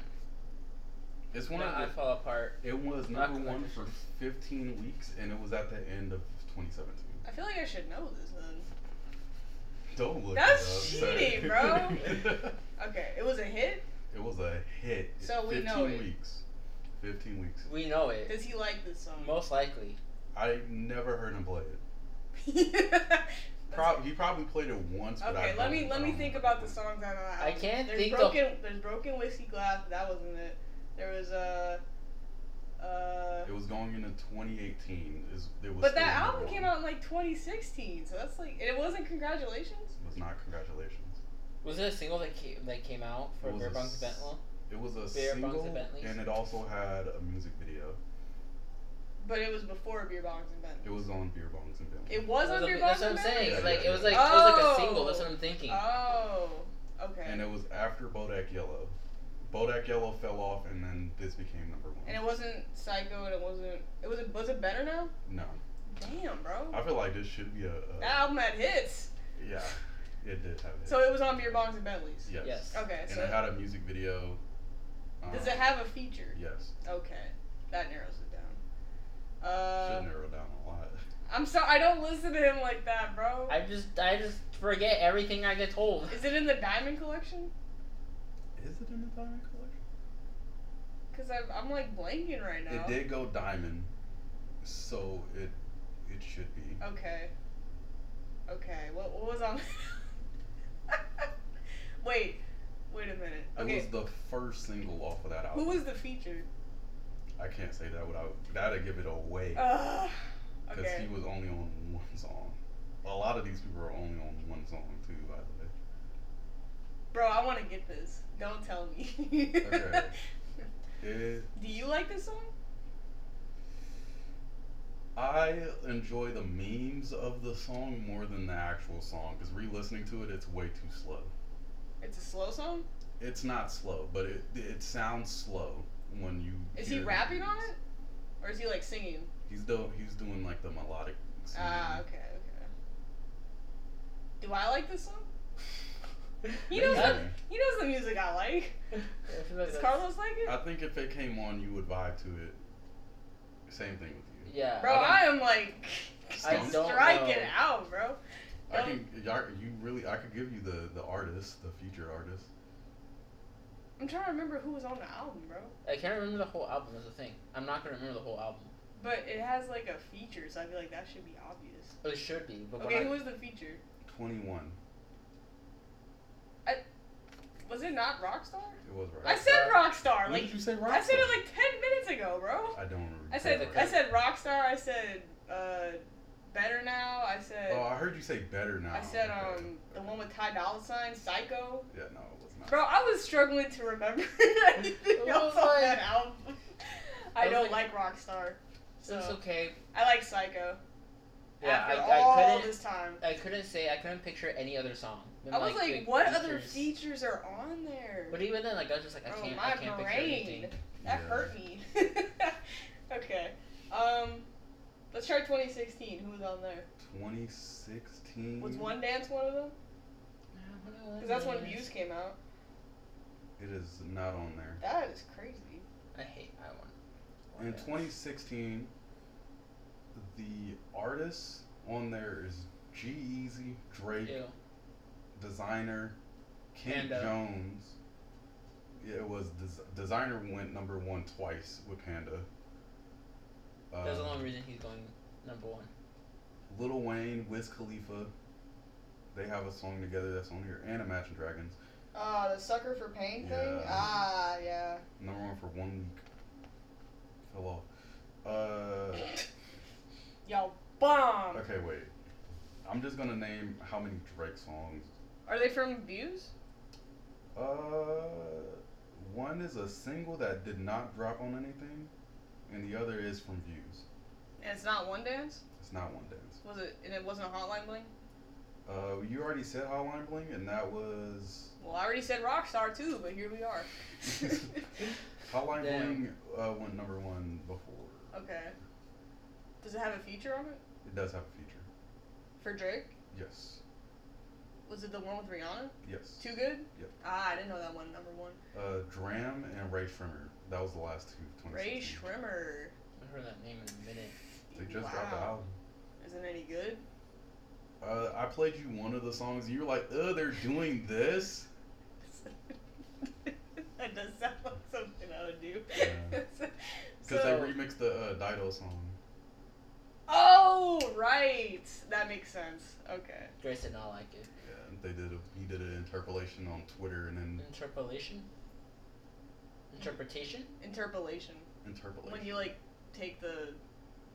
[SPEAKER 3] It's one
[SPEAKER 1] When
[SPEAKER 3] of the
[SPEAKER 1] I fall apart.
[SPEAKER 3] It was
[SPEAKER 1] Not
[SPEAKER 3] number one for
[SPEAKER 1] collection.
[SPEAKER 3] 15 weeks, and it was at the end of 2017.
[SPEAKER 2] I feel like I should know this then.
[SPEAKER 3] Don't look.
[SPEAKER 2] That's
[SPEAKER 3] it up, sir.
[SPEAKER 2] cheating, bro. Okay, it was a hit.
[SPEAKER 3] (laughs) it was a hit.
[SPEAKER 2] So we
[SPEAKER 3] 15
[SPEAKER 2] know it.
[SPEAKER 3] weeks. 15 weeks.
[SPEAKER 1] We know it.
[SPEAKER 2] Does he like this song?
[SPEAKER 1] Most likely.
[SPEAKER 3] I never heard him play
[SPEAKER 2] (laughs)
[SPEAKER 3] it.
[SPEAKER 2] That's-
[SPEAKER 3] Prob- he probably played it once. But
[SPEAKER 2] okay,
[SPEAKER 3] I
[SPEAKER 2] let
[SPEAKER 3] don't-
[SPEAKER 2] me
[SPEAKER 3] I
[SPEAKER 2] let me
[SPEAKER 3] don't
[SPEAKER 2] think
[SPEAKER 3] remember.
[SPEAKER 2] about the songs I know. that
[SPEAKER 1] I
[SPEAKER 2] album.
[SPEAKER 1] can't
[SPEAKER 2] there's
[SPEAKER 1] think of-
[SPEAKER 2] broken, There's broken whiskey glass. but That wasn't it. There was a. Uh, uh,
[SPEAKER 3] It was going into 2018. Is it was.
[SPEAKER 2] but
[SPEAKER 3] still
[SPEAKER 2] that
[SPEAKER 3] number
[SPEAKER 2] album came
[SPEAKER 3] one.
[SPEAKER 2] out in like 2016, so that's like, and it wasn't congratulations.
[SPEAKER 3] It was not congratulations.
[SPEAKER 1] Was it a single that came that came out for
[SPEAKER 3] It was a
[SPEAKER 1] Beer Bongs
[SPEAKER 3] s-
[SPEAKER 1] Bentley?
[SPEAKER 3] It was a
[SPEAKER 1] Beer Bongs
[SPEAKER 3] single,
[SPEAKER 1] and Bentleys.
[SPEAKER 3] and it also had a music video.
[SPEAKER 2] But it was before beer bongs and
[SPEAKER 3] It
[SPEAKER 2] Bentley.
[SPEAKER 3] was on Beer Bongs and Bentleys.
[SPEAKER 2] It was
[SPEAKER 1] That
[SPEAKER 2] on
[SPEAKER 1] was a-
[SPEAKER 2] beer bongs
[SPEAKER 1] That's what
[SPEAKER 2] and
[SPEAKER 1] I'm
[SPEAKER 2] Bentley?
[SPEAKER 1] saying.
[SPEAKER 3] Yeah,
[SPEAKER 1] like
[SPEAKER 3] yeah,
[SPEAKER 1] it was
[SPEAKER 3] yeah.
[SPEAKER 1] like it was like a
[SPEAKER 2] Oh.
[SPEAKER 1] single. That's what I'm thinking.
[SPEAKER 2] Oh, okay.
[SPEAKER 3] And it was after Bodak Yellow. Bodak Yellow fell off, and then this became number one.
[SPEAKER 2] And it wasn't psycho, and it wasn't. It was. Was it better now?
[SPEAKER 3] no,
[SPEAKER 2] Damn, bro.
[SPEAKER 3] I feel like this should be a. a
[SPEAKER 2] That album had hits.
[SPEAKER 3] Yeah, it did have it.
[SPEAKER 2] Ah. So it was on beer bongs and Bentleys.
[SPEAKER 3] yes.
[SPEAKER 1] Yes.
[SPEAKER 2] Okay.
[SPEAKER 3] And
[SPEAKER 2] So
[SPEAKER 3] it had a music video. Um,
[SPEAKER 2] does it have a feature?
[SPEAKER 3] Yes.
[SPEAKER 2] Okay, that narrows it down.
[SPEAKER 3] should
[SPEAKER 2] Uh,
[SPEAKER 3] narrow down a lot.
[SPEAKER 2] I'm sorry. I don't listen to him like that, bro.
[SPEAKER 1] I just I just forget everything I get
[SPEAKER 2] (laughs)
[SPEAKER 1] told.
[SPEAKER 2] Is it in the Diamond Collection?
[SPEAKER 3] Is it in the diamond collection?
[SPEAKER 2] Cause I'm, I'm like blanking right now.
[SPEAKER 3] It did go diamond, so it it should be.
[SPEAKER 2] Okay. Okay. What what was on? (laughs) wait, wait a minute. Okay.
[SPEAKER 3] It was the first single off of that album.
[SPEAKER 2] Who was the feature?
[SPEAKER 3] I can't say that without that'd give it away.
[SPEAKER 2] Uh,
[SPEAKER 3] Because
[SPEAKER 2] okay.
[SPEAKER 3] he was only on one song. A lot of these people are only on one song too, by the way.
[SPEAKER 2] Bro, I want to get this. Don't tell me.
[SPEAKER 3] Okay. It,
[SPEAKER 2] (laughs) Do you like this song?
[SPEAKER 3] I enjoy the memes of the song more than the actual song. Because re-listening to it, it's way too slow.
[SPEAKER 2] It's a slow song.
[SPEAKER 3] It's not slow, but it it sounds slow when you.
[SPEAKER 2] Is he
[SPEAKER 3] hear the
[SPEAKER 2] rapping on
[SPEAKER 3] memes.
[SPEAKER 2] it, or is he like singing?
[SPEAKER 3] He's do he's doing like the melodic. singing.
[SPEAKER 2] Ah, okay, okay. Do I like this song? He
[SPEAKER 1] Maybe.
[SPEAKER 2] knows the, he knows the music I like.
[SPEAKER 1] I feel like
[SPEAKER 2] Does
[SPEAKER 1] that's-
[SPEAKER 2] Carlos like it?
[SPEAKER 3] I think if it came on, you would vibe to it. Same thing with you.
[SPEAKER 1] Yeah.
[SPEAKER 2] bro,
[SPEAKER 1] I
[SPEAKER 2] I, am like (laughs)
[SPEAKER 1] I
[SPEAKER 2] just
[SPEAKER 1] don't
[SPEAKER 2] striking
[SPEAKER 1] know.
[SPEAKER 2] out, bro.
[SPEAKER 3] I
[SPEAKER 2] Um,
[SPEAKER 3] can y'all- you really I could give you the the artist, the future artist.
[SPEAKER 2] I'm trying to remember who was on the album, bro.
[SPEAKER 1] don't- I can't remember the whole album. Is the thing. I'm not gonna remember the whole album.
[SPEAKER 2] But it has like a feature, so I feel like that should be obvious.
[SPEAKER 1] It should be. But when
[SPEAKER 2] Okay,
[SPEAKER 1] I-
[SPEAKER 2] who was the feature?
[SPEAKER 3] Twenty one.
[SPEAKER 2] Was it not Rockstar?
[SPEAKER 3] It was
[SPEAKER 2] I
[SPEAKER 3] right.
[SPEAKER 2] said Rockstar.
[SPEAKER 3] When
[SPEAKER 2] Like
[SPEAKER 3] did you say
[SPEAKER 2] I said it
[SPEAKER 3] Rockstar?
[SPEAKER 2] like ten minutes ago, bro.
[SPEAKER 3] I don't remember.
[SPEAKER 2] I said
[SPEAKER 1] Rockstar.
[SPEAKER 2] I said Rockstar. I said uh, Better Now. I said
[SPEAKER 3] Oh, I heard you say better now.
[SPEAKER 2] I said
[SPEAKER 3] Okay.
[SPEAKER 2] um the one with Ty Dolla Sign, Psycho.
[SPEAKER 3] Yeah, no, it was not.
[SPEAKER 2] Bro, I was struggling to remember (laughs) anything
[SPEAKER 1] was
[SPEAKER 2] else on that
[SPEAKER 1] like-
[SPEAKER 2] album. I
[SPEAKER 1] was
[SPEAKER 2] don't like,
[SPEAKER 1] like-
[SPEAKER 2] Rockstar, so
[SPEAKER 1] It's okay.
[SPEAKER 2] I like Psycho.
[SPEAKER 1] Yeah,
[SPEAKER 2] After
[SPEAKER 1] I, I
[SPEAKER 2] all
[SPEAKER 1] couldn't.
[SPEAKER 2] this time,
[SPEAKER 1] I couldn't say I couldn't picture any other song. than,
[SPEAKER 2] I was like,
[SPEAKER 1] big
[SPEAKER 2] what other
[SPEAKER 1] features.
[SPEAKER 2] features are on there?
[SPEAKER 1] But even then, like I was just like, I
[SPEAKER 2] Bro,
[SPEAKER 1] can't,
[SPEAKER 2] my
[SPEAKER 1] I can't picture
[SPEAKER 2] brain.
[SPEAKER 1] anything.
[SPEAKER 2] that
[SPEAKER 3] Yeah.
[SPEAKER 2] hurt me. (laughs) okay, um, let's try 2016. Who was on there?
[SPEAKER 3] 2016. Mm-hmm.
[SPEAKER 2] Was One Dance one of them? Because that's when Muse came out.
[SPEAKER 3] It is not on there.
[SPEAKER 2] That is crazy.
[SPEAKER 1] I hate I want.
[SPEAKER 3] In 2016, the artists on there is G Easy, Drake,
[SPEAKER 1] Ew.
[SPEAKER 3] designer Kent
[SPEAKER 1] Panda.
[SPEAKER 3] Jones. Yeah, it was des- designer went number one twice with Panda. Uh,
[SPEAKER 1] That's the only reason he's going number one.
[SPEAKER 3] Little Wayne, Wiz Khalifa. They have a song together that's on here, and Imagine Dragons.
[SPEAKER 2] Oh, the sucker for pain thing.
[SPEAKER 3] Yeah.
[SPEAKER 2] Ah,
[SPEAKER 3] (laughs)
[SPEAKER 2] yeah.
[SPEAKER 3] Number one for one week. Fell off. Uh,
[SPEAKER 2] Y'all bomb.
[SPEAKER 3] okay, wait. I'm just gonna name how many Drake songs.
[SPEAKER 2] Are they from Views?
[SPEAKER 3] Uh, one is a single that did not drop on anything, and the other is from Views.
[SPEAKER 2] And it's not One Dance.
[SPEAKER 3] It's not one dance.
[SPEAKER 2] Was it? And it wasn't Hotline Bling.
[SPEAKER 3] Uh, you already said Hotline Bling, and that was
[SPEAKER 2] Well, I already said Rockstar too, but here we
[SPEAKER 3] (laughs)
[SPEAKER 2] are. (laughs)
[SPEAKER 1] Damn.
[SPEAKER 3] Hotline Bling uh, went number one before.
[SPEAKER 2] okay. Does it have a feature on it
[SPEAKER 3] It does have a feature.
[SPEAKER 2] for Drake?
[SPEAKER 3] Yes.
[SPEAKER 2] Was it the one with Rihanna?
[SPEAKER 3] Yes.
[SPEAKER 2] Too good.
[SPEAKER 3] Yep.
[SPEAKER 2] Ah, I didn't know that one. Number one.
[SPEAKER 3] Uh, Dram and Ray Shrimmer. That was the last two.
[SPEAKER 2] Ray
[SPEAKER 3] 2016.
[SPEAKER 2] Schwimmer.
[SPEAKER 1] I haven't heard that name in a minute.
[SPEAKER 3] They just dropped the album.
[SPEAKER 2] Isn't any good? (laughs)
[SPEAKER 3] Uh, I played you one of the songs. and You were like, "Ugh, they're doing this."
[SPEAKER 2] that does sound like something I would do. (laughs)
[SPEAKER 3] Yeah.
[SPEAKER 2] so,
[SPEAKER 3] Because they remixed the uh, Dido song.
[SPEAKER 2] oh right, that makes sense. Okay.
[SPEAKER 1] Grace did not like it.
[SPEAKER 3] Yeah, they did. A, he did an interpolation on Twitter and then
[SPEAKER 1] Interpolation. Interpretation.
[SPEAKER 2] Interpolation.
[SPEAKER 3] interpolation.
[SPEAKER 2] When you like take the,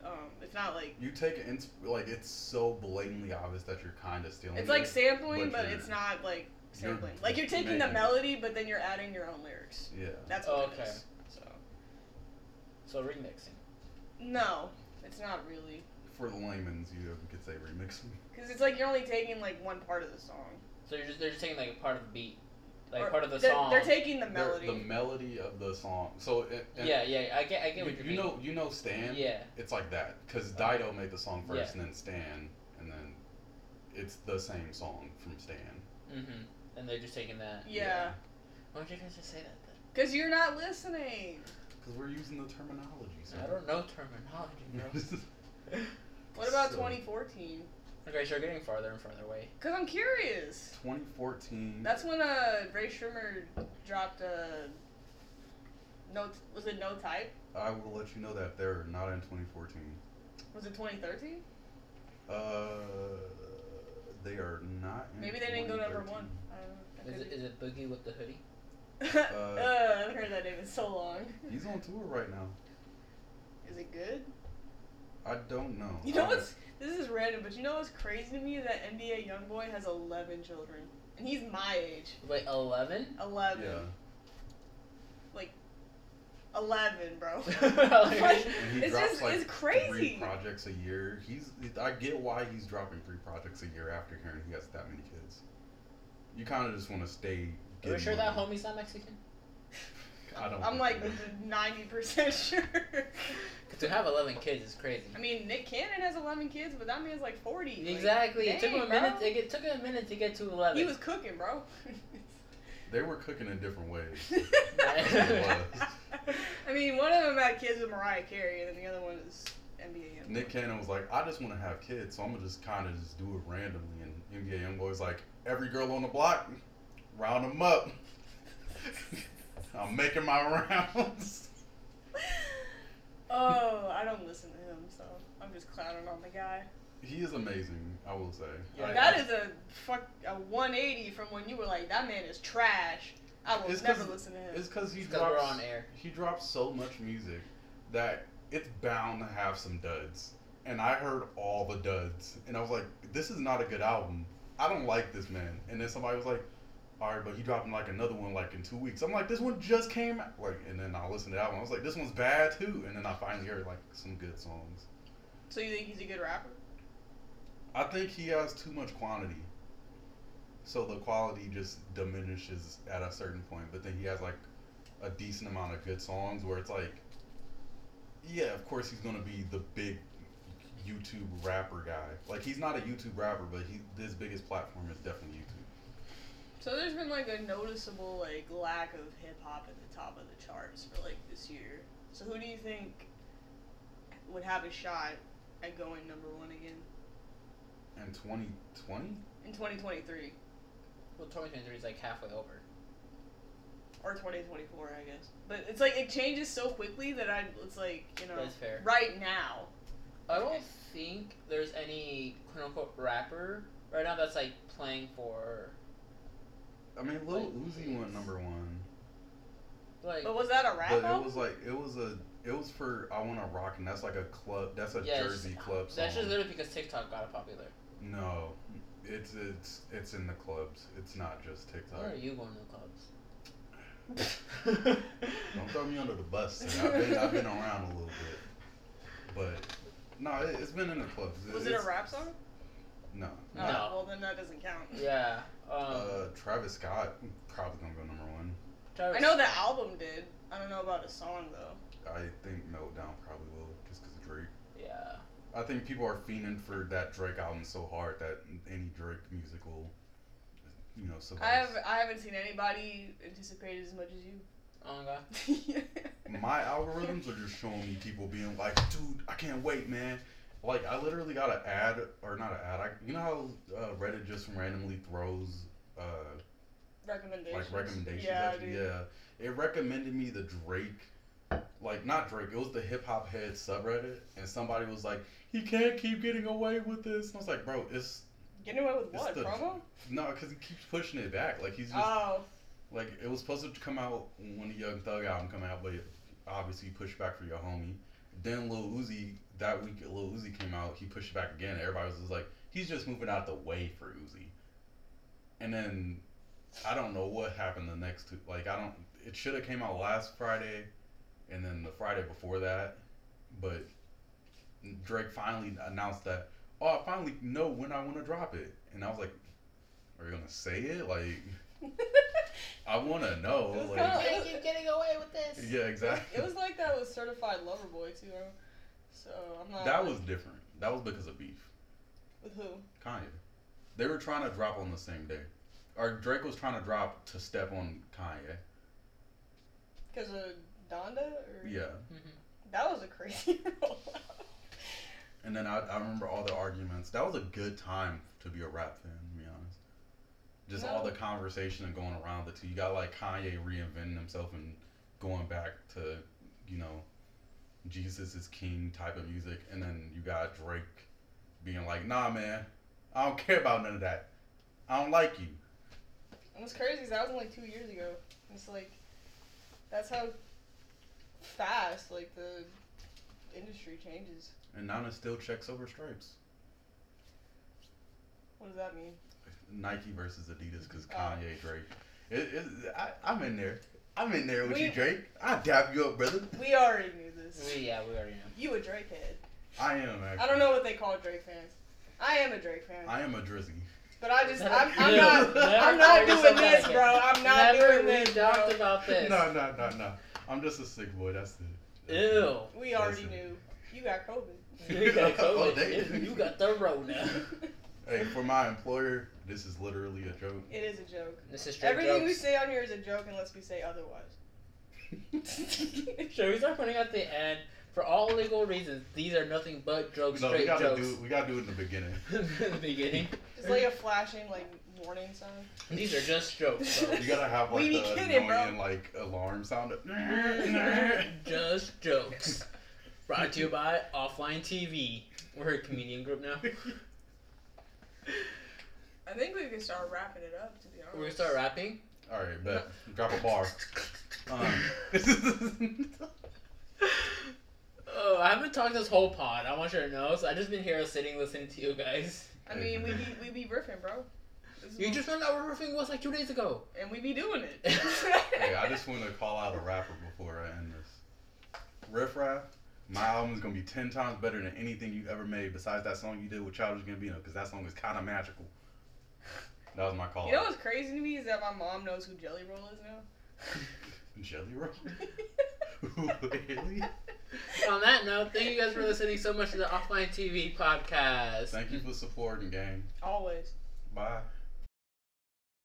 [SPEAKER 2] um, it's not like
[SPEAKER 3] You take it, ins- like it's so blatantly obvious that you're kind of stealing.
[SPEAKER 2] it's like
[SPEAKER 3] it.
[SPEAKER 2] sampling,
[SPEAKER 3] But
[SPEAKER 2] but
[SPEAKER 3] you're-
[SPEAKER 2] it's not like
[SPEAKER 3] you're
[SPEAKER 2] sampling. Like you're taking the
[SPEAKER 3] making-
[SPEAKER 2] melody, but then you're adding your own lyrics.
[SPEAKER 3] yeah.
[SPEAKER 2] That's what
[SPEAKER 1] Okay.
[SPEAKER 2] it is. So
[SPEAKER 1] So remixing.
[SPEAKER 2] no, it's not really,
[SPEAKER 3] For the layman's, you could say remixing.
[SPEAKER 2] because it's like you're only taking like one part of the song.
[SPEAKER 1] So you're just, they're just taking like a part of the beat, like
[SPEAKER 2] Or
[SPEAKER 1] part of the
[SPEAKER 2] they're,
[SPEAKER 1] song.
[SPEAKER 2] They're taking the
[SPEAKER 3] They're-
[SPEAKER 2] melody.
[SPEAKER 3] The melody of the song. So it, and
[SPEAKER 1] yeah, yeah. I get, I get
[SPEAKER 3] You,
[SPEAKER 1] what you
[SPEAKER 3] you know, you know, Stan.
[SPEAKER 1] Yeah.
[SPEAKER 3] It's like that because Dido made the song first,
[SPEAKER 1] Yeah.
[SPEAKER 3] and then Stan, and then it's the same song from Stan.
[SPEAKER 1] Mm-hmm. And they're just taking that.
[SPEAKER 2] yeah,
[SPEAKER 1] Why don't you guys just say that then?
[SPEAKER 2] because you're not listening.
[SPEAKER 3] Because we're using the terminology. So.
[SPEAKER 1] I don't know terminology,
[SPEAKER 3] (laughs)
[SPEAKER 1] bro.
[SPEAKER 2] What about
[SPEAKER 3] So-
[SPEAKER 2] 2014?
[SPEAKER 1] okay, so you're getting farther and farther away.
[SPEAKER 2] Because I'm curious.
[SPEAKER 3] 2014.
[SPEAKER 2] That's when uh Ray Shrimmer dropped uh no was it no type?
[SPEAKER 3] I will let you know that they're not in 2014.
[SPEAKER 2] Was it 2013?
[SPEAKER 3] Uh, they are not. In
[SPEAKER 2] Maybe they didn't go number
[SPEAKER 3] 2013.
[SPEAKER 2] one. I don't know.
[SPEAKER 1] Is it, is it Boogie with the hoodie?
[SPEAKER 2] (laughs) uh, I haven't heard that name in so long.
[SPEAKER 3] He's on tour right now.
[SPEAKER 2] Is it good?
[SPEAKER 3] I don't know.
[SPEAKER 2] You know
[SPEAKER 3] I-
[SPEAKER 2] what's this is random, but you know what's crazy to me is that NBA YoungBoy has 11 children, and he's my age.
[SPEAKER 1] Wait, eleven? (laughs)
[SPEAKER 2] 11.
[SPEAKER 3] Yeah.
[SPEAKER 2] 11,
[SPEAKER 3] (laughs)
[SPEAKER 2] bro. (laughs)
[SPEAKER 1] Like-
[SPEAKER 3] And he
[SPEAKER 2] it's
[SPEAKER 3] drops
[SPEAKER 2] just
[SPEAKER 3] like
[SPEAKER 2] it's
[SPEAKER 3] three
[SPEAKER 2] crazy.
[SPEAKER 3] projects a year. He's I get why he's dropping three projects a year after hearing he has that many kids. You kind of just want to stay.
[SPEAKER 1] Are you
[SPEAKER 3] getting
[SPEAKER 1] sure that
[SPEAKER 3] money.
[SPEAKER 1] homie's not Mexican?
[SPEAKER 3] I don't.
[SPEAKER 2] I'm
[SPEAKER 3] think
[SPEAKER 2] like
[SPEAKER 3] so.
[SPEAKER 2] 90% sure.
[SPEAKER 1] Because to have eleven kids is crazy.
[SPEAKER 2] I mean, Nick Cannon has 11 kids, but that man's like 40. like,
[SPEAKER 1] Exactly. it took
[SPEAKER 2] dang,
[SPEAKER 1] him a
[SPEAKER 2] bro.
[SPEAKER 1] minute. It get- took him a minute to get to eleven.
[SPEAKER 2] He was cooking, bro.
[SPEAKER 3] they were cooking in different ways.
[SPEAKER 2] (laughs) I mean, one of them had kids with Mariah Carey, and then the other one is NBA. young. (laughs)
[SPEAKER 3] Nick Cannon was like, I just want to have kids, so I'm gonna just kind of just do it randomly. And NBA YoungBoy's like, every girl on the block, round them up. (laughs) I'm making my (laughs) rounds.
[SPEAKER 2] oh, I don't listen to him, so I'm just clowning on the guy.
[SPEAKER 3] He is amazing, I will say.
[SPEAKER 1] Yeah,
[SPEAKER 3] I-
[SPEAKER 2] That is a fuck a 180 from when you were like, that man is trash. I will
[SPEAKER 3] It's 'cause-
[SPEAKER 2] never listen to him.
[SPEAKER 3] It's because he
[SPEAKER 1] because we're
[SPEAKER 3] drops.
[SPEAKER 1] on air.
[SPEAKER 3] He drops so much music that it's bound to have some duds. And I heard all the duds, and I was like, "This is not a good album. I don't like this man." And then somebody was like, "All right, but he dropping like another one like in two weeks." I'm like, "This one just came out." Like, and then I listened to the album. I was like, "This one's bad too." And then I finally heard like some good songs.
[SPEAKER 2] so you think he's a good rapper?
[SPEAKER 3] I think he has too much quantity. So the quality just diminishes at a certain point, but then he has like a decent amount of good songs where it's like yeah, of course he's going to be the big YouTube rapper guy. Like he's not a YouTube rapper, but he his biggest platform is definitely YouTube.
[SPEAKER 2] So there's been like a noticeable like lack of hip hop at the top of the charts for like this year. So who do you think would have a shot at going number one again
[SPEAKER 3] In 2020?
[SPEAKER 2] in 2023
[SPEAKER 1] Well, 2023 is like halfway over.
[SPEAKER 2] or 2024, I guess? But it's like it changes so quickly that I it's like you know
[SPEAKER 1] That's fair.
[SPEAKER 2] right now.
[SPEAKER 1] I don't think there's any quote unquote rapper right now that's like playing for
[SPEAKER 3] I mean, Lil
[SPEAKER 1] Like,
[SPEAKER 3] Uzi went number one,
[SPEAKER 1] like
[SPEAKER 2] But was that a rap
[SPEAKER 3] but it
[SPEAKER 2] album?
[SPEAKER 3] was like it was a it was for I want to rock, and that's like a club. That's a
[SPEAKER 1] Yeah, it's-
[SPEAKER 3] Jersey club song.
[SPEAKER 1] that's just literally because TikTok got it popular.
[SPEAKER 3] no, it's it's it's in the clubs. It's not just TikTok.
[SPEAKER 1] Where are you going to the clubs? (laughs)
[SPEAKER 3] Don't throw me under the bus. Sid. I've been, I've been around a little bit, but no, it, it's been in the clubs.
[SPEAKER 2] Was it a
[SPEAKER 3] it's-
[SPEAKER 2] rap song?
[SPEAKER 3] No.
[SPEAKER 1] No.
[SPEAKER 2] Oh, well, then that doesn't count.
[SPEAKER 1] yeah. Um,
[SPEAKER 3] Uh, Travis Scott probably gonna go number one.
[SPEAKER 2] I know the album did. I don't know about a song though.
[SPEAKER 3] I think Meltdown probably will, just 'cause of Drake.
[SPEAKER 1] Yeah.
[SPEAKER 3] I think people are fiending for that Drake album so hard that any Drake musical, you know, suffice.
[SPEAKER 2] I have I haven't seen anybody anticipate it as much as
[SPEAKER 1] Oh my
[SPEAKER 3] (laughs)
[SPEAKER 1] god.
[SPEAKER 2] you.
[SPEAKER 3] My algorithms are just showing me people being like, "Dude, I can't wait, man." Like I literally got an ad or not an ad. I, you know how uh, Reddit just randomly throws uh,
[SPEAKER 2] (laughs) recommendations.
[SPEAKER 3] like recommendations
[SPEAKER 2] Yeah,
[SPEAKER 3] at you.
[SPEAKER 2] dude.
[SPEAKER 3] Yeah, it recommended me the Drake, like not Drake. It was the hip hop head subreddit, and somebody was like, "He can't keep getting away with this." And I was like, "Bro, it's
[SPEAKER 2] Getting away with
[SPEAKER 3] It's
[SPEAKER 2] what
[SPEAKER 3] the-
[SPEAKER 2] promo?
[SPEAKER 3] no, because he keeps pushing it back. Like he's just (laughs)
[SPEAKER 2] Oh,
[SPEAKER 3] Like it was supposed to come out when the Young Thug album come out, but it obviously pushed back for your homie. Then Lil Uzi that week, Lil Uzi came out. He pushed back again. Everybody was just like, he's just moving out the way for Uzi. And then I don't know what happened the next two. Like I don't. It should have came out last Friday, and then the Friday before that. But Drake finally announced that. Oh, I finally know when I want to drop it, and I was like, "Are you gonna say it? Like, I want to know."
[SPEAKER 2] It was
[SPEAKER 3] Like,
[SPEAKER 2] kinda like- Can't
[SPEAKER 1] keep
[SPEAKER 2] keep
[SPEAKER 1] getting away with this.
[SPEAKER 3] yeah,
[SPEAKER 2] (laughs)
[SPEAKER 3] exactly.
[SPEAKER 2] it
[SPEAKER 3] (laughs)
[SPEAKER 2] was like that with Certified Lover Boy too. huh? So I'm not.
[SPEAKER 3] that was different. That was because of beef.
[SPEAKER 2] with who?
[SPEAKER 3] Kanye. They were trying to drop on the same day, or Drake was trying to drop to step on Kanye.
[SPEAKER 2] Because of Donda or
[SPEAKER 3] Yeah,
[SPEAKER 1] Mm-hmm.
[SPEAKER 2] That was a crazy (laughs) role.
[SPEAKER 3] and then I, I remember all the arguments. That was a good time to be a rap fan, to be honest. Just all
[SPEAKER 2] No.
[SPEAKER 3] the conversation and going around the two. You got like Kanye reinventing himself and going back to, you know, Jesus is King type of music, and then you got Drake being like, Nah, man, I don't care about none of that. I don't like you.
[SPEAKER 2] And what's crazy is that was only two years ago. It's like that's how fast like the industry changes.
[SPEAKER 3] And Nana still checks over stripes.
[SPEAKER 2] What does that mean?
[SPEAKER 3] Nike versus Adidas because
[SPEAKER 2] Oh.
[SPEAKER 3] Kanye Drake. It, it, I, I'm in there. I'm in there with
[SPEAKER 2] We-
[SPEAKER 3] you, Drake. I dap you up, brother.
[SPEAKER 2] We already knew this.
[SPEAKER 1] We, yeah, we already know.
[SPEAKER 2] You a Drake head.
[SPEAKER 3] I am. Actually.
[SPEAKER 2] I don't know what they call Drake fans. I am a Drake fan,
[SPEAKER 3] I am a drizzy.
[SPEAKER 2] but I
[SPEAKER 1] (laughs)
[SPEAKER 2] just I'm, I'm not
[SPEAKER 3] Never-
[SPEAKER 1] never
[SPEAKER 2] I'm not
[SPEAKER 1] call
[SPEAKER 2] doing
[SPEAKER 1] yourself
[SPEAKER 2] this,
[SPEAKER 1] that
[SPEAKER 2] bro. I'm not
[SPEAKER 1] Never
[SPEAKER 2] doing this,
[SPEAKER 1] we
[SPEAKER 2] bro.
[SPEAKER 1] talked
[SPEAKER 3] (laughs)
[SPEAKER 1] about this.
[SPEAKER 3] No, no, no, no. I'm just a sick boy. That's it. (laughs)
[SPEAKER 1] Ew.
[SPEAKER 2] We already
[SPEAKER 3] Listen.
[SPEAKER 2] knew. You got
[SPEAKER 1] You got
[SPEAKER 3] Oh,
[SPEAKER 1] COVID.
[SPEAKER 3] they-
[SPEAKER 1] you got the Rona.
[SPEAKER 2] COVID.
[SPEAKER 3] Hey, for my employer, this is literally a
[SPEAKER 2] (laughs)
[SPEAKER 3] joke.
[SPEAKER 2] (laughs) it is a joke.
[SPEAKER 1] This is straight
[SPEAKER 2] Everything we
[SPEAKER 1] jokes.
[SPEAKER 2] say on here is a joke unless we say otherwise.
[SPEAKER 1] Should we start putting at the end for all legal reasons? These are nothing but jokes,
[SPEAKER 3] no, we
[SPEAKER 1] straight
[SPEAKER 3] gotta
[SPEAKER 1] jokes.
[SPEAKER 3] do. We gotta do it in the beginning.
[SPEAKER 1] (laughs) In the beginning,
[SPEAKER 2] It's like a flashing like warning sign.
[SPEAKER 1] these are just jokes.
[SPEAKER 3] (laughs) You gotta have like
[SPEAKER 2] (laughs) We be
[SPEAKER 3] the
[SPEAKER 2] kidding, bro.
[SPEAKER 3] annoying like
[SPEAKER 2] (laughs)
[SPEAKER 3] alarm sound. Of,
[SPEAKER 1] bro. just jokes. Brought to you by Offline TV. We're a comedian group now.
[SPEAKER 2] I think we can start wrapping it up. To be honest,
[SPEAKER 1] We're gonna start rapping.
[SPEAKER 3] (laughs) All right, bet. Drop
[SPEAKER 2] (laughs)
[SPEAKER 3] a bar. Um, (laughs)
[SPEAKER 1] Oh, I haven't talked this whole pod. I want you to know. So I just been here sitting listening to you guys.
[SPEAKER 2] I mean, we be, we be riffing, bro. This is
[SPEAKER 1] You
[SPEAKER 2] what-
[SPEAKER 1] just found out what roofing was like two days ago.
[SPEAKER 2] and we be doing it.
[SPEAKER 3] Hey, I just want to call out a rapper before I end this. Riff Raff, my album is gonna be ten times better than anything you ever made. Besides that song you did with Childish Gambino, because that song is kind of magical. That was my
[SPEAKER 2] (laughs)
[SPEAKER 3] call.
[SPEAKER 2] you know
[SPEAKER 3] out.
[SPEAKER 2] what's crazy to me is that my mom knows who Jelly Roll is now.
[SPEAKER 3] Jelly (laughs) Roll. really?
[SPEAKER 1] On that note, thank you guys for listening so much to the Offline TV podcast.
[SPEAKER 3] Thank you for supporting, gang.
[SPEAKER 2] (laughs) Always.
[SPEAKER 3] Bye.